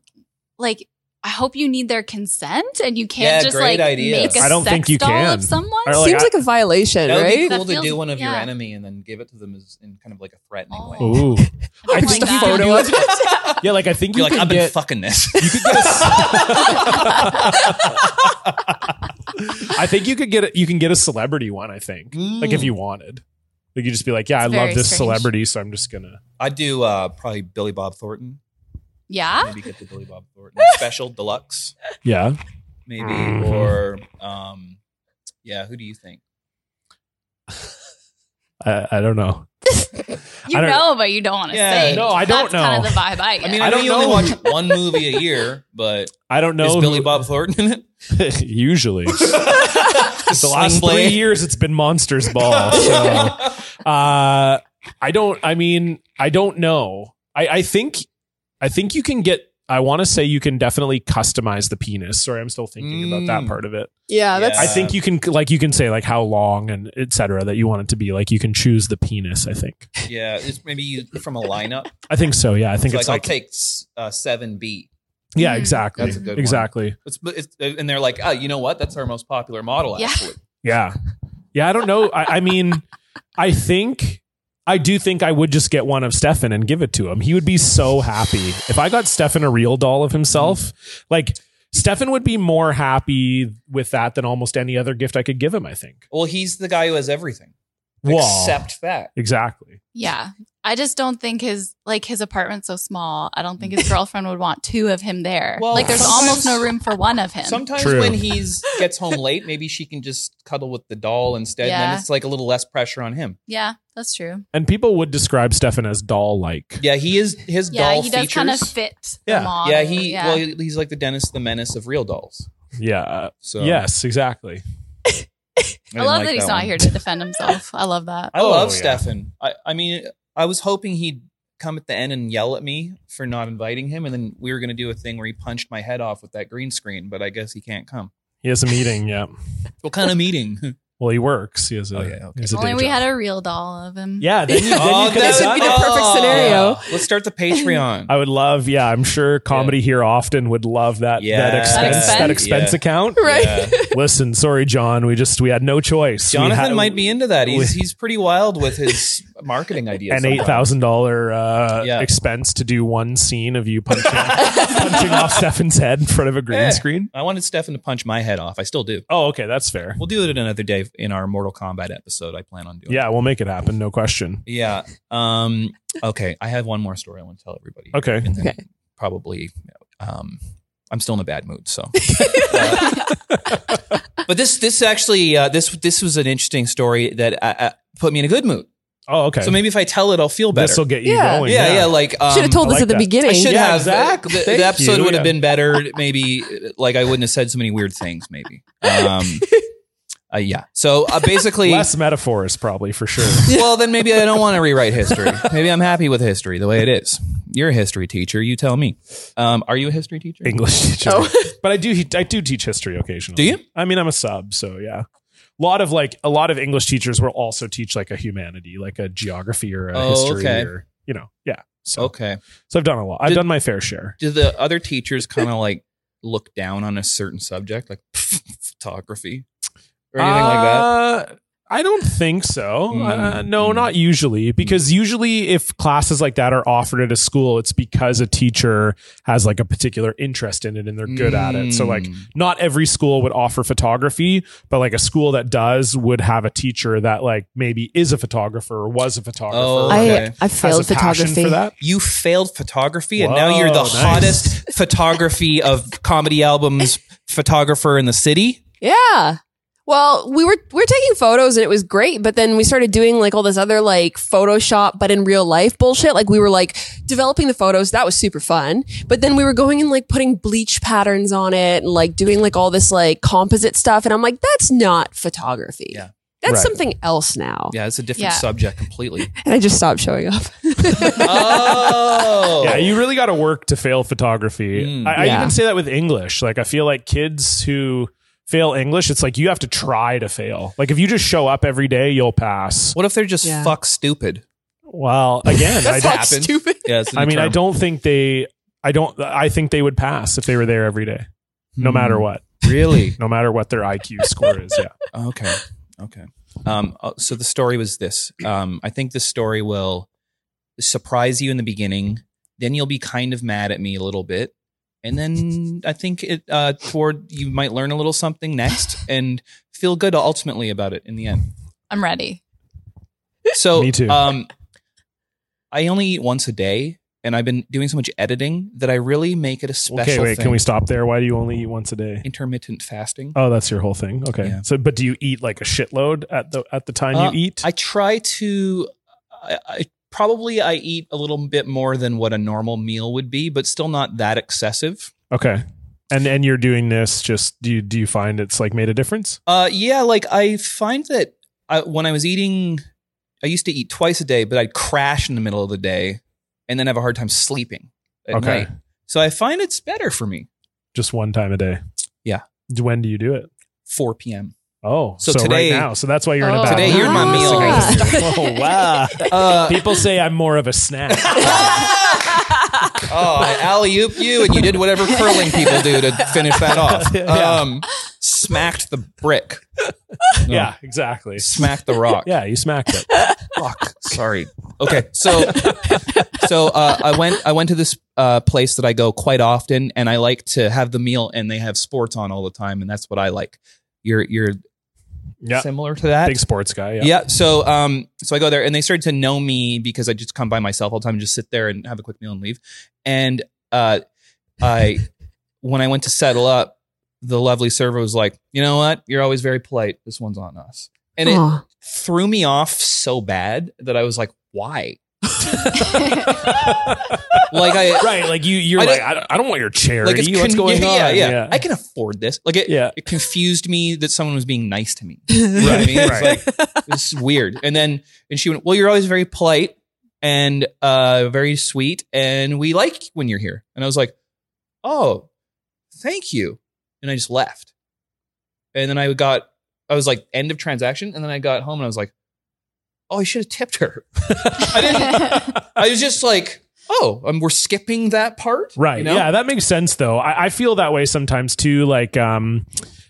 like I hope you need their consent and you
Yeah,
can't just
great
like
idea.
make a
I don't
sex
think you
doll
can.
of someone.
Or, like,
Seems
I-
like a violation,
That would be
right?
cool
That
to do
feels-
one of your
yeah.
enemy and then give it to them as, in kind of like a threatening
Oh.
way.
Ooh.
Oh
I
my
just a
God.
photo of
[laughs] You're
Yeah, like I think you
like,
could
I've been
get.
fucking this.
[laughs] you could get a
[laughs]
ce- I think you could get. A, you can get a celebrity one. I think. Like if you wanted, like you just be like, yeah,
Mm.
I
It's
love
very
this
strange.
celebrity, so I'm just gonna.
I do uh, probably Billy Bob Thornton.
Yeah.
Maybe get the Billy Bob
[laughs]
Thornton special deluxe,
Yeah.
maybe
Mhm.
or um, yeah. Who do you think?
I, I don't know.
You
I don't-
know, but you don't want to
Yeah,
say.
no, I don't
That's kind
know.
of the vibe I get.
I mean, I,
I
know
don't
you only
know.
watch one movie a year,
[laughs]
but
I don't know.
is
who-
Billy Bob Thornton in it? [laughs]
[laughs] usually the
the
last three years Oh, it's been Monsters
[laughs]
Ball. So. Uh, I don't. I mean, I don't know. I, I think, I think you can get. I want to say you can definitely customize the penis. Sorry, I'm still thinking about that
Mm.
part of it.
Yeah, that's
I think you can, like, you can say like how long and etc. that you want it to be. Like, you can choose the penis. I think.
yeah, it's maybe you- from a lineup.
I think so. Yeah, I think
It's
it's
like, I'll
like,
take s- uh, seven B.
yeah,
Mm.
exactly,
That's a good one.
exactly.
It's, but it's, and they're like, oh, you know what? That's our most popular model.
Yeah.
Actually,
Yeah, yeah. I don't know. I, I mean, I think. I do think I would just get one of Stefan and give it to him. He would be so happy. If I got Stefan a real doll of himself, like Stefan would be more happy with that than almost any other gift I could give him, I think.
well, he's the guy who has everything
Well,
except that.
Exactly.
yeah, I just don't think his like his apartment's so small. I don't think his girlfriend would want two of him there.
Well,
like, there's
sometimes-
almost no room for one of him.
Sometimes
True.
when he's gets
[laughs]
home late, maybe she can just cuddle with the doll instead, and
Yeah.
then it's like a little less pressure on him.
yeah, that's true.
And people would describe Stefan as doll like.
Yeah, he is his
Yeah,
doll
he does
features.
kind of fit.
Yeah.
the model.
yeah, he
Yeah.
well, he's like the Dennis the Menace of real dolls.
Yeah.
So
Yes, exactly.
I love that he's not here to defend himself. I
[laughs]
love that.
I
Oh,
love
yeah.
Stefan. I, I mean, I was hoping he'd come at the end and yell at me for not inviting him, and then we were going to do a thing where he punched my head off with that green screen, but I guess he can't come.
He has a meeting. Yeah.
What kind of
[laughs]
meeting? [laughs]
Well, he works. He has a.
Oh, yeah, okay.
he has
If
a
only
day
we
job.
had a real doll of him.
Yeah. Then you, then you could
Oh, that
have done
would be the
Oh, that. Oh.
perfect scenario.
Let's start the Patreon.
[laughs] I would love, yeah, I'm sure comedy here often would love that that
Yeah.
expense
Expense?
that expense
Yeah.
account. [laughs]
right.
Yeah. [laughs]
Listen, sorry, John, we just we had no choice. We
Jonathan
had-
might be into that. He's
we-
he's pretty wild with his [laughs] marketing ideas.
an eight thousand dollar uh,
Yeah.
expense to do one scene of you punching, [laughs] [laughs] punching off Stefan's head in front of a green
Yeah.
screen.
[laughs] I wanted Stefan to punch my head off. I still do.
Oh, okay, that's fair.
We'll do it another day in our Mortal Kombat episode. I plan on doing.
Yeah, we'll make it happen, no question.
Yeah. Um, okay. I have one more story I want to tell everybody.
Okay.
And then
Okay.
Probably. Um, I'm still in a bad mood,
[laughs]
so. Uh, but this this actually uh, this this was an interesting story that uh, uh, put me in a good mood.
Oh, okay.
So maybe if I tell it, I'll feel better.
this will get you
Yeah.
going.
yeah, yeah, Like um,
Should have told
I
this
like
at the
that.
beginning.
I should
Yeah,
have.
exactly.
The,
Thank
the episode
you,
would have
yeah.
been better. Maybe like I wouldn't have said so many weird things.
[laughs]
Maybe. Um, uh, yeah. So uh, basically,
[laughs] less metaphors probably for sure. [laughs]
well, then maybe I don't want to rewrite history. Maybe I'm happy with history the way it is. You're a history teacher. You tell me. Um, are you a history teacher?
English [laughs] teacher.
Oh.
But I do I do teach history occasionally.
Do you?
I mean, I'm a sub, so yeah. A lot of like a lot of English teachers will also teach like a humanity, like a geography or a
Oh,
history
okay.
or you know, yeah. So
Okay.
so I've done a lot. I've
Did-
done my fair share.
Do the other teachers kind of like look down on a certain subject, like [laughs] photography or anything like that?
like that? Uh, I don't think so. Uh,
Mm.
no,
Mm.
not usually, because usually if classes like that are offered at a school, it's because a teacher has like a particular interest in it and they're good at it. So like
Mm.
not every school would offer photography, but like a school that does would have a teacher that like maybe is a photographer or was a photographer.
Oh,
or
okay.
I I
has
failed
a passion
photography.
for that.
you failed photography and now
Whoa,
you're the
nice.
hottest photography of comedy albums photographer in the city.
Yeah. Well, we were we were taking photos and it was great, but then we started doing like all this other like Photoshop but in real life bullshit. Like we were like developing the photos, that was super fun. But then we were going and like putting bleach patterns on it and like doing like all this like composite stuff and I'm like that's not photography.
Yeah.
That's
Right.
something else now.
Yeah, it's a different
Yeah.
subject completely.
And I just stopped showing up.
oh.
Yeah, you really got to work to fail photography.
Mm.
I, I
Yeah.
even say that with English. Like, I feel like kids who fail English, it's like you have to try to fail. Like, if you just show up every day, you'll pass.
what if they're just
Yeah.
fuck stupid? [laughs]
Well, again, I,
That's
don't-
like
happened.
[laughs]
stupid.
Yeah, it's a new
I mean, I
term.
don't think they. I don't. I think they would pass if they were there every day, no
Hmm.
matter what,
[laughs] Really?
no matter what their IQ score is. Yeah.
Oh, Okay. Okay. Um, uh, so the story was this. Um, I think the story will surprise you in the beginning. Then you'll be kind of mad at me a little bit. And then I think it uh, toward you might learn a little something next and feel good ultimately about it in the end.
I'm ready.
So
Me too.
Um, I only eat once a day, and I've been doing so much editing that I really make it a special
Okay, wait.
thing.
Can we stop there? Why do you only eat once a day?
intermittent fasting?
Oh, that's your whole thing. Okay.
Yeah.
So, but do you eat like a shitload at the at the time
Uh,
you eat?
I try to. I, I probably I eat a little bit more than what a normal meal would be, but still not that excessive.
okay. And and you're doing this just do you do you find it's like made a difference?
Uh, yeah, like I find that I, when I was eating, I used to eat twice a day, but I'd crash in the middle of the day and then have a hard time sleeping at
Okay.
night. So I find it's better for me.
Just one time a day.
Yeah.
D- When do you do it?
4 p.m.
Oh, so,
So today-
right now. So that's why you're in a
Oh.
bad
Today you're in my
mood.
meal.
[laughs] oh wow.
[laughs] Uh,
People say I'm more of
[laughs]
a snack.
oh, I alley oop you, and you did whatever curling people do to finish that [laughs] off. Um, smacked the brick. No,
[laughs] Yeah, exactly.
Smacked the rock.
Yeah, you smacked
[laughs]
it.
Fuck. Sorry. Okay. So, so uh, I went. I went to this uh, place that I go quite often, and I like to have the meal, and they have sports on all the time, and that's what I like. You're you're
Yeah.
similar to that.
Big sports guy. Yeah.
Yeah. So um so I go there and they started to know me because I just come by myself all the time and just sit there and have a quick meal and leave. And uh I when I went to settle up, the lovely server was like, you know what? You're always very polite. This one's on us. And it
Aw.
threw me off so bad that I was like, why?
[laughs]
Like [laughs] I
right. Like you you're
I
like
don't-
I don't, I don't want your charity.
like it's
What's
con-
going
yeah, [laughs]
on?
Yeah, yeah, I can afford this. Like it,
Yeah.
it confused me that someone was being nice to
[laughs]
me. You know what I mean? It's
Right.
like it's weird. And then and she went, Well, you're always very polite and uh very sweet, and we like when you're here. And I was like, Oh, thank you. And I just left. And then I got I was like, end of transaction, and then I got home and I was like, Oh, I should have tipped her. I didn't I was just like, Oh, um, we're skipping that part.
[laughs] Right.
You know?
Yeah, that makes sense though. I, I feel that way sometimes too. Like um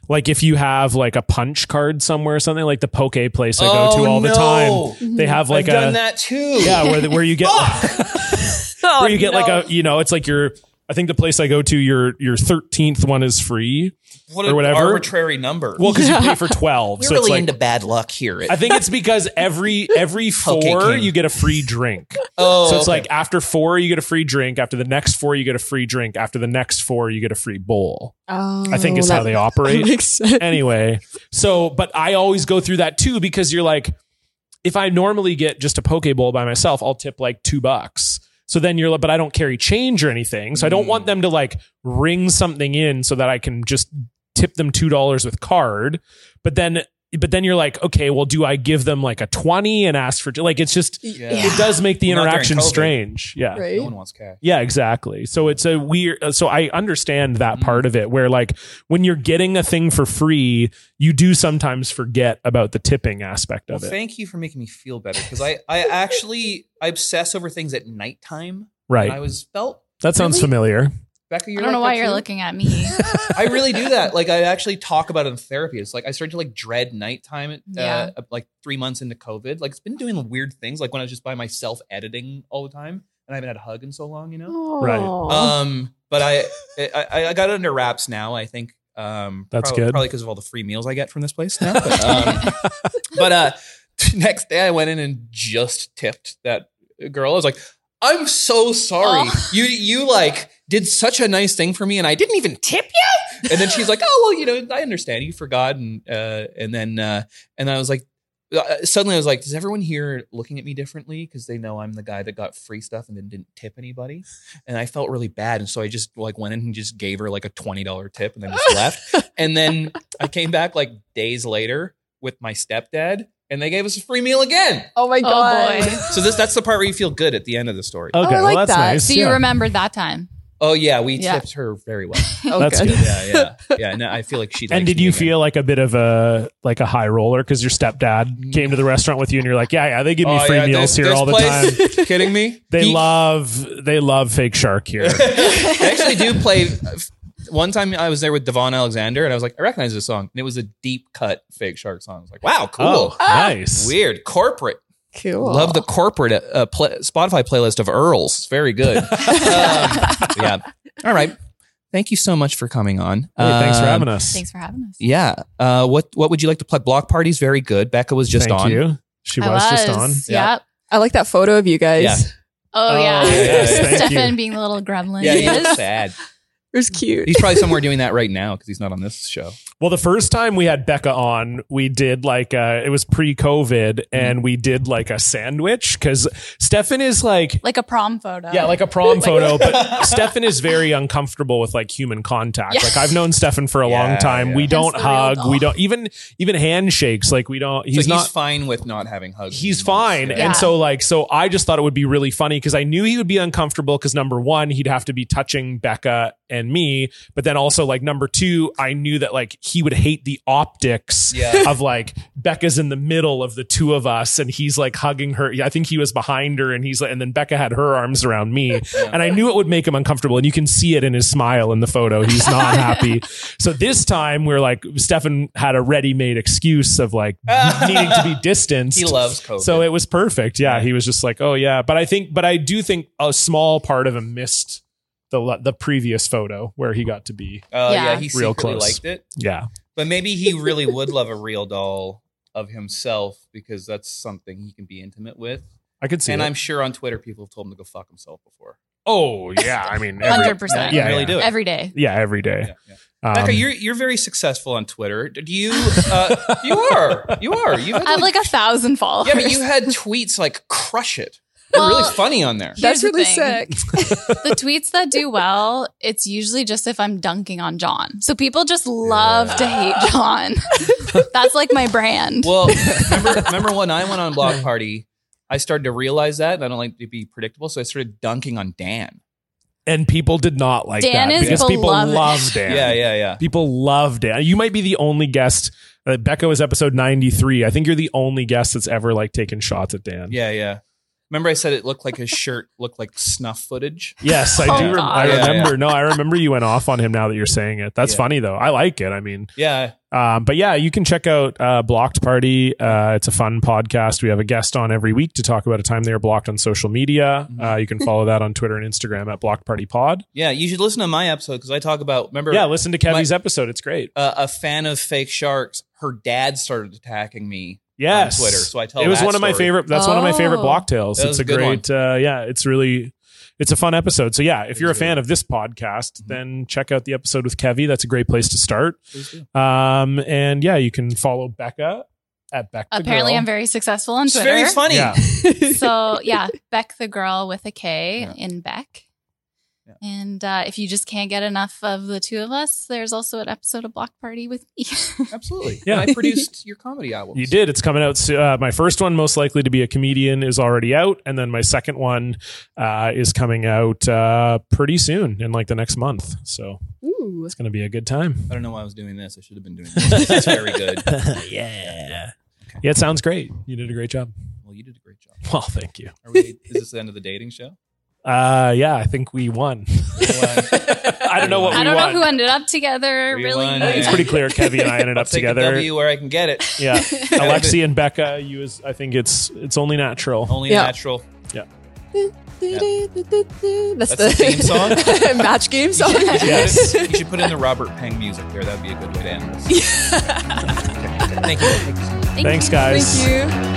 like if you have like a punch card somewhere or something, like the poke place I go
Oh,
to all the
no.
time. They have like
I've
a
done that too.
[laughs]
[laughs]
Yeah, where the, where you get
[laughs] Oh,
where you get
no.
like a you know, it's like your I think the place I go to, your your thirteenth one is free.
what
or
an
whatever.
arbitrary number.
Well, because you pay
[laughs]
for twelve,
You're
so
really
it's like
into bad luck here. At,
I think it's because every every four
Okay, King.
you get a free drink.
oh,
so it's
okay.
like after four you get a free drink. After the next four you get a free drink. After the next four you get a free bowl. I
Mm,
think is
Oh,
how they
[laughs]
that-
operate.
Makes sense.
anyway, so but I always go through that too because you're like, if I normally get just a poke bowl by myself, I'll tip like two bucks. So then you're like, but I don't carry change or anything, so I don't
Mm.
want them to like ring something in so that I can just tip them two dollars with card. But then, but then you're like, okay, well, do I give them like a twenty and ask for like it's just
Yeah.
Yeah.
it does make the
Well, not during
interaction
COVID.
strange, yeah.
no one
Right.
wants cash.
Yeah, exactly. So it's a weird. uh, So I understand
Mm-hmm.
that part of it where, like, when you're getting a thing for free, you do sometimes forget about the tipping aspect
Well,
of it.
thank you for making me feel better because I, I actually I obsess over things at nighttime. And I
Right.
was felt
That sounds
really?
familiar.
Becca. You're
[laughs] I don't know
like
why
that
you're
too?
looking at me.
I really do that. Like I actually talk about it in therapy. It's like I started to like dread nighttime.
Yeah.
Uh, like three months into COVID, like it's been doing weird things. Like when I was just by myself editing all the time, and I haven't had a hug in so long. You know.
Right.
Oh.
Um, but I, I I got it under wraps now. I think um,
That's
probably,
good.
Probably because of all the free meals I get from this place now. But,
[laughs]
um, but uh, [laughs] next day I went in and just tipped that girl. I was like, I'm so sorry.
Oh.
You you like did such a nice thing for me, and I didn't even tip you. And then she's like, Oh well, you know, I understand. You forgot, and uh, and then uh, and I was like. uh, Suddenly, I was like, "Does everyone here looking at me differently because they know I'm the guy that got free stuff and then didn't tip anybody?" and I felt really bad. And so I just like went in and just gave her like a twenty dollar tip and then just
[laughs]
left. And then I came back like days later with my stepdad, and they gave us a free meal again.
Oh my god.
boy.
So this that's the part where you feel good at the end of the story. Oh,
Okay.
I
well,
like
that's
that.
nice.
so you
Yeah.
remembered that time.
yeah, we
Yeah.
tipped her very well.
Oh,
[laughs] That's
good.
good.
Yeah, yeah, yeah. No, I feel like she.
And
likes
did
me
you
again.
feel like a bit of a like a high roller because your stepdad came to the restaurant with you and you're like, yeah, yeah, they give me
Mm. Oh,
free
yeah,
meals
this-
here
this
all the
place- [laughs]
time.
Kidding me?
They
He-
love they love fake shark here.
I actually do play. One time I was there with Devon Alexander, and I was like, I recognize this song, and it was a deep cut Fake Shark song. I was like, wow, [laughs] cool,
Oh, nice.
weird, corporate.
Cool.
Love the corporate uh, pla Spotify playlist of Earls. Very good. Um, yeah. All right. Thank you so much for coming on.
Hey, thanks for
Um,
having us.
Thanks for having us.
Yeah. Uh, what What would you like to plug? Block parties. Very good. Becca was just
Thank
on.
you. She
I
was, just on.
Yep.
I like that photo of you guys.
Yeah.
Oh, yeah.
yes, thank
[laughs] Stefan being the little gremlin.
Yeah,
he
he looks
is.
sad.
It was cute.
He's probably somewhere doing that right now because he's not on this show.
Well, the first time we had Becca on, we did like uh it was
Mm-hmm.
pre-COVID and we did like a sandwich cuz Stefan is like
[laughs] Like a prom photo.
yeah, [laughs] like a prom
[laughs]
photo, but Stefan is very uncomfortable with like human contact.
Yeah.
Like I've known Stefan for a
Yeah,
long time.
yeah.
We don't
the real
hug. We
doll.
don't even even handshakes. Like we don't.
He's,
He's not.
he's fine with not having hugs.
he's fine.
Yeah.
And so like so I just thought it would be really funny because I knew he would be uncomfortable because number one, he'd have to be touching Becca and me. But then also like number two, I knew that like he would hate the optics
Yeah.
of like Becca's in the middle of the two of us and he's like hugging her. Yeah, I think he was behind her and he's like and then Becca had her arms around me. And I knew it would make him uncomfortable. And you can see it in his smile in the photo. He's not happy. So this time we're like Stefan had a ready-made excuse of like needing to be distanced. [laughs]
He loves COVID.
So it was perfect. Yeah, he was just like, oh yeah. But I think, but I do think a small part of him missed the le- the previous photo where he got to be.
Uh, yeah.
Yeah.
he
Real
secretly
close.
liked it.
Yeah,
But maybe he really would love a real doll of himself because that's something he can be intimate with.
I could see.
and
it.
I'm sure on Twitter people have told him to go fuck himself before.
oh yeah, I mean, every,
100%.
Yeah,
really
yeah.
do it.
Every
[laughs]
day.
yeah, every day.
Yeah, yeah.
Um,
Becca, you're you're very successful on Twitter. Do you? Uh, you are. You are. You
[laughs] I have
had like,
like a thousand followers.
yeah, but you had tweets like crush it. You're really
Well-
funny on
[laughs]
there.
Here's
That's
the
really
thing.
sick.
the tweets that do well, it's usually just if I'm dunking on John. So people just love to hate John. [laughs] That's like my brand.
Well, remember, remember when I went on Block Party, I started to realize that and I don't like to be predictable, so I started dunking on Dan.
and people did not like
Dan
that
is
because people
[laughs]
beloved.
love Dan.
Yeah, yeah, yeah.
People love Dan. You might be the only guest. Uh, Becca was episode ninety three. I think you're the only guest that's ever like taken shots at Dan.
Yeah, yeah. Remember I said it looked like his shirt looked like snuff footage?
Yes, I
Oh,
do. Rem-
God.
I
Yeah, yeah.
remember. No, I remember you went off on him. Now that you're saying it, that's
Yeah.
funny though. I like it. I mean,
Yeah.
Um, but yeah, you can check out uh, Blocked Party. Uh, it's a fun podcast. We have a guest on every week to talk about a time they were blocked on social media.
Mm-hmm.
Uh, you can follow that on Twitter and Instagram at Blocked Party Pod.
Yeah, you should listen to my episode because I talk about remember
Yeah, listen to Kevy's episode. It's great.
uh, a fan of fake sharks. Her dad started attacking me
Yes,
on Twitter, so I tell.
it was
that
one of my
story.
favorite. That's one of my favorite
Oh.
block tales.
That
It's
was
a
a good
great. Uh, yeah, it's really. It's a fun episode. So yeah, if
It
you're a
was
fan
good.
of this podcast,
Mhm.
then check out the episode with Kevy. That's a great place to start.
Please do.
Um, and yeah, you can follow Becca at Becca.
Apparently, I'm very successful on
It's
Twitter.
very funny.
Yeah.
[laughs]
So yeah, Beck the girl with a K
Yeah.
in Beck.
Yeah.
And uh, if you just can't get enough of the two of us, there's also an episode of Block Party with E. me.
Absolutely.
Yeah.
Yeah, I produced your comedy album.
You did. It's coming out. So, uh, my first one, most likely to be a comedian, is already out, and then my second one uh, is coming out uh, pretty soon, in like the next month. So
[laughs] Ooh.
it's going to be a good time. [laughs]
I don't know why I was doing this. I should have been doing this. It's very good.
yeah. Yeah, it sounds great. You did a great job.
Well, you did a great job.
[laughs] Well, thank you.
Are we, is this the end of the dating show?
Uh, yeah, I think we won. [laughs] I don't know what
[laughs] I
we
don't
won.
know who ended up together.
We
really,
won,
[laughs] it's pretty clear. Kevin and I ended
I'll
up
take a
together.
W where I can get it.
[laughs] yeah, Alexi and Becca. You is. I think it's it's only natural.
Only
Yeah.
natural.
That's,
That's the theme song?
[laughs] match
[laughs]
game song.
Yes.
[laughs]
You should put in the Robert Peng music there. That'd be a good way to end this. Thank you. Thank you.
Thank
Thanks,
you.
guys.
Thank you.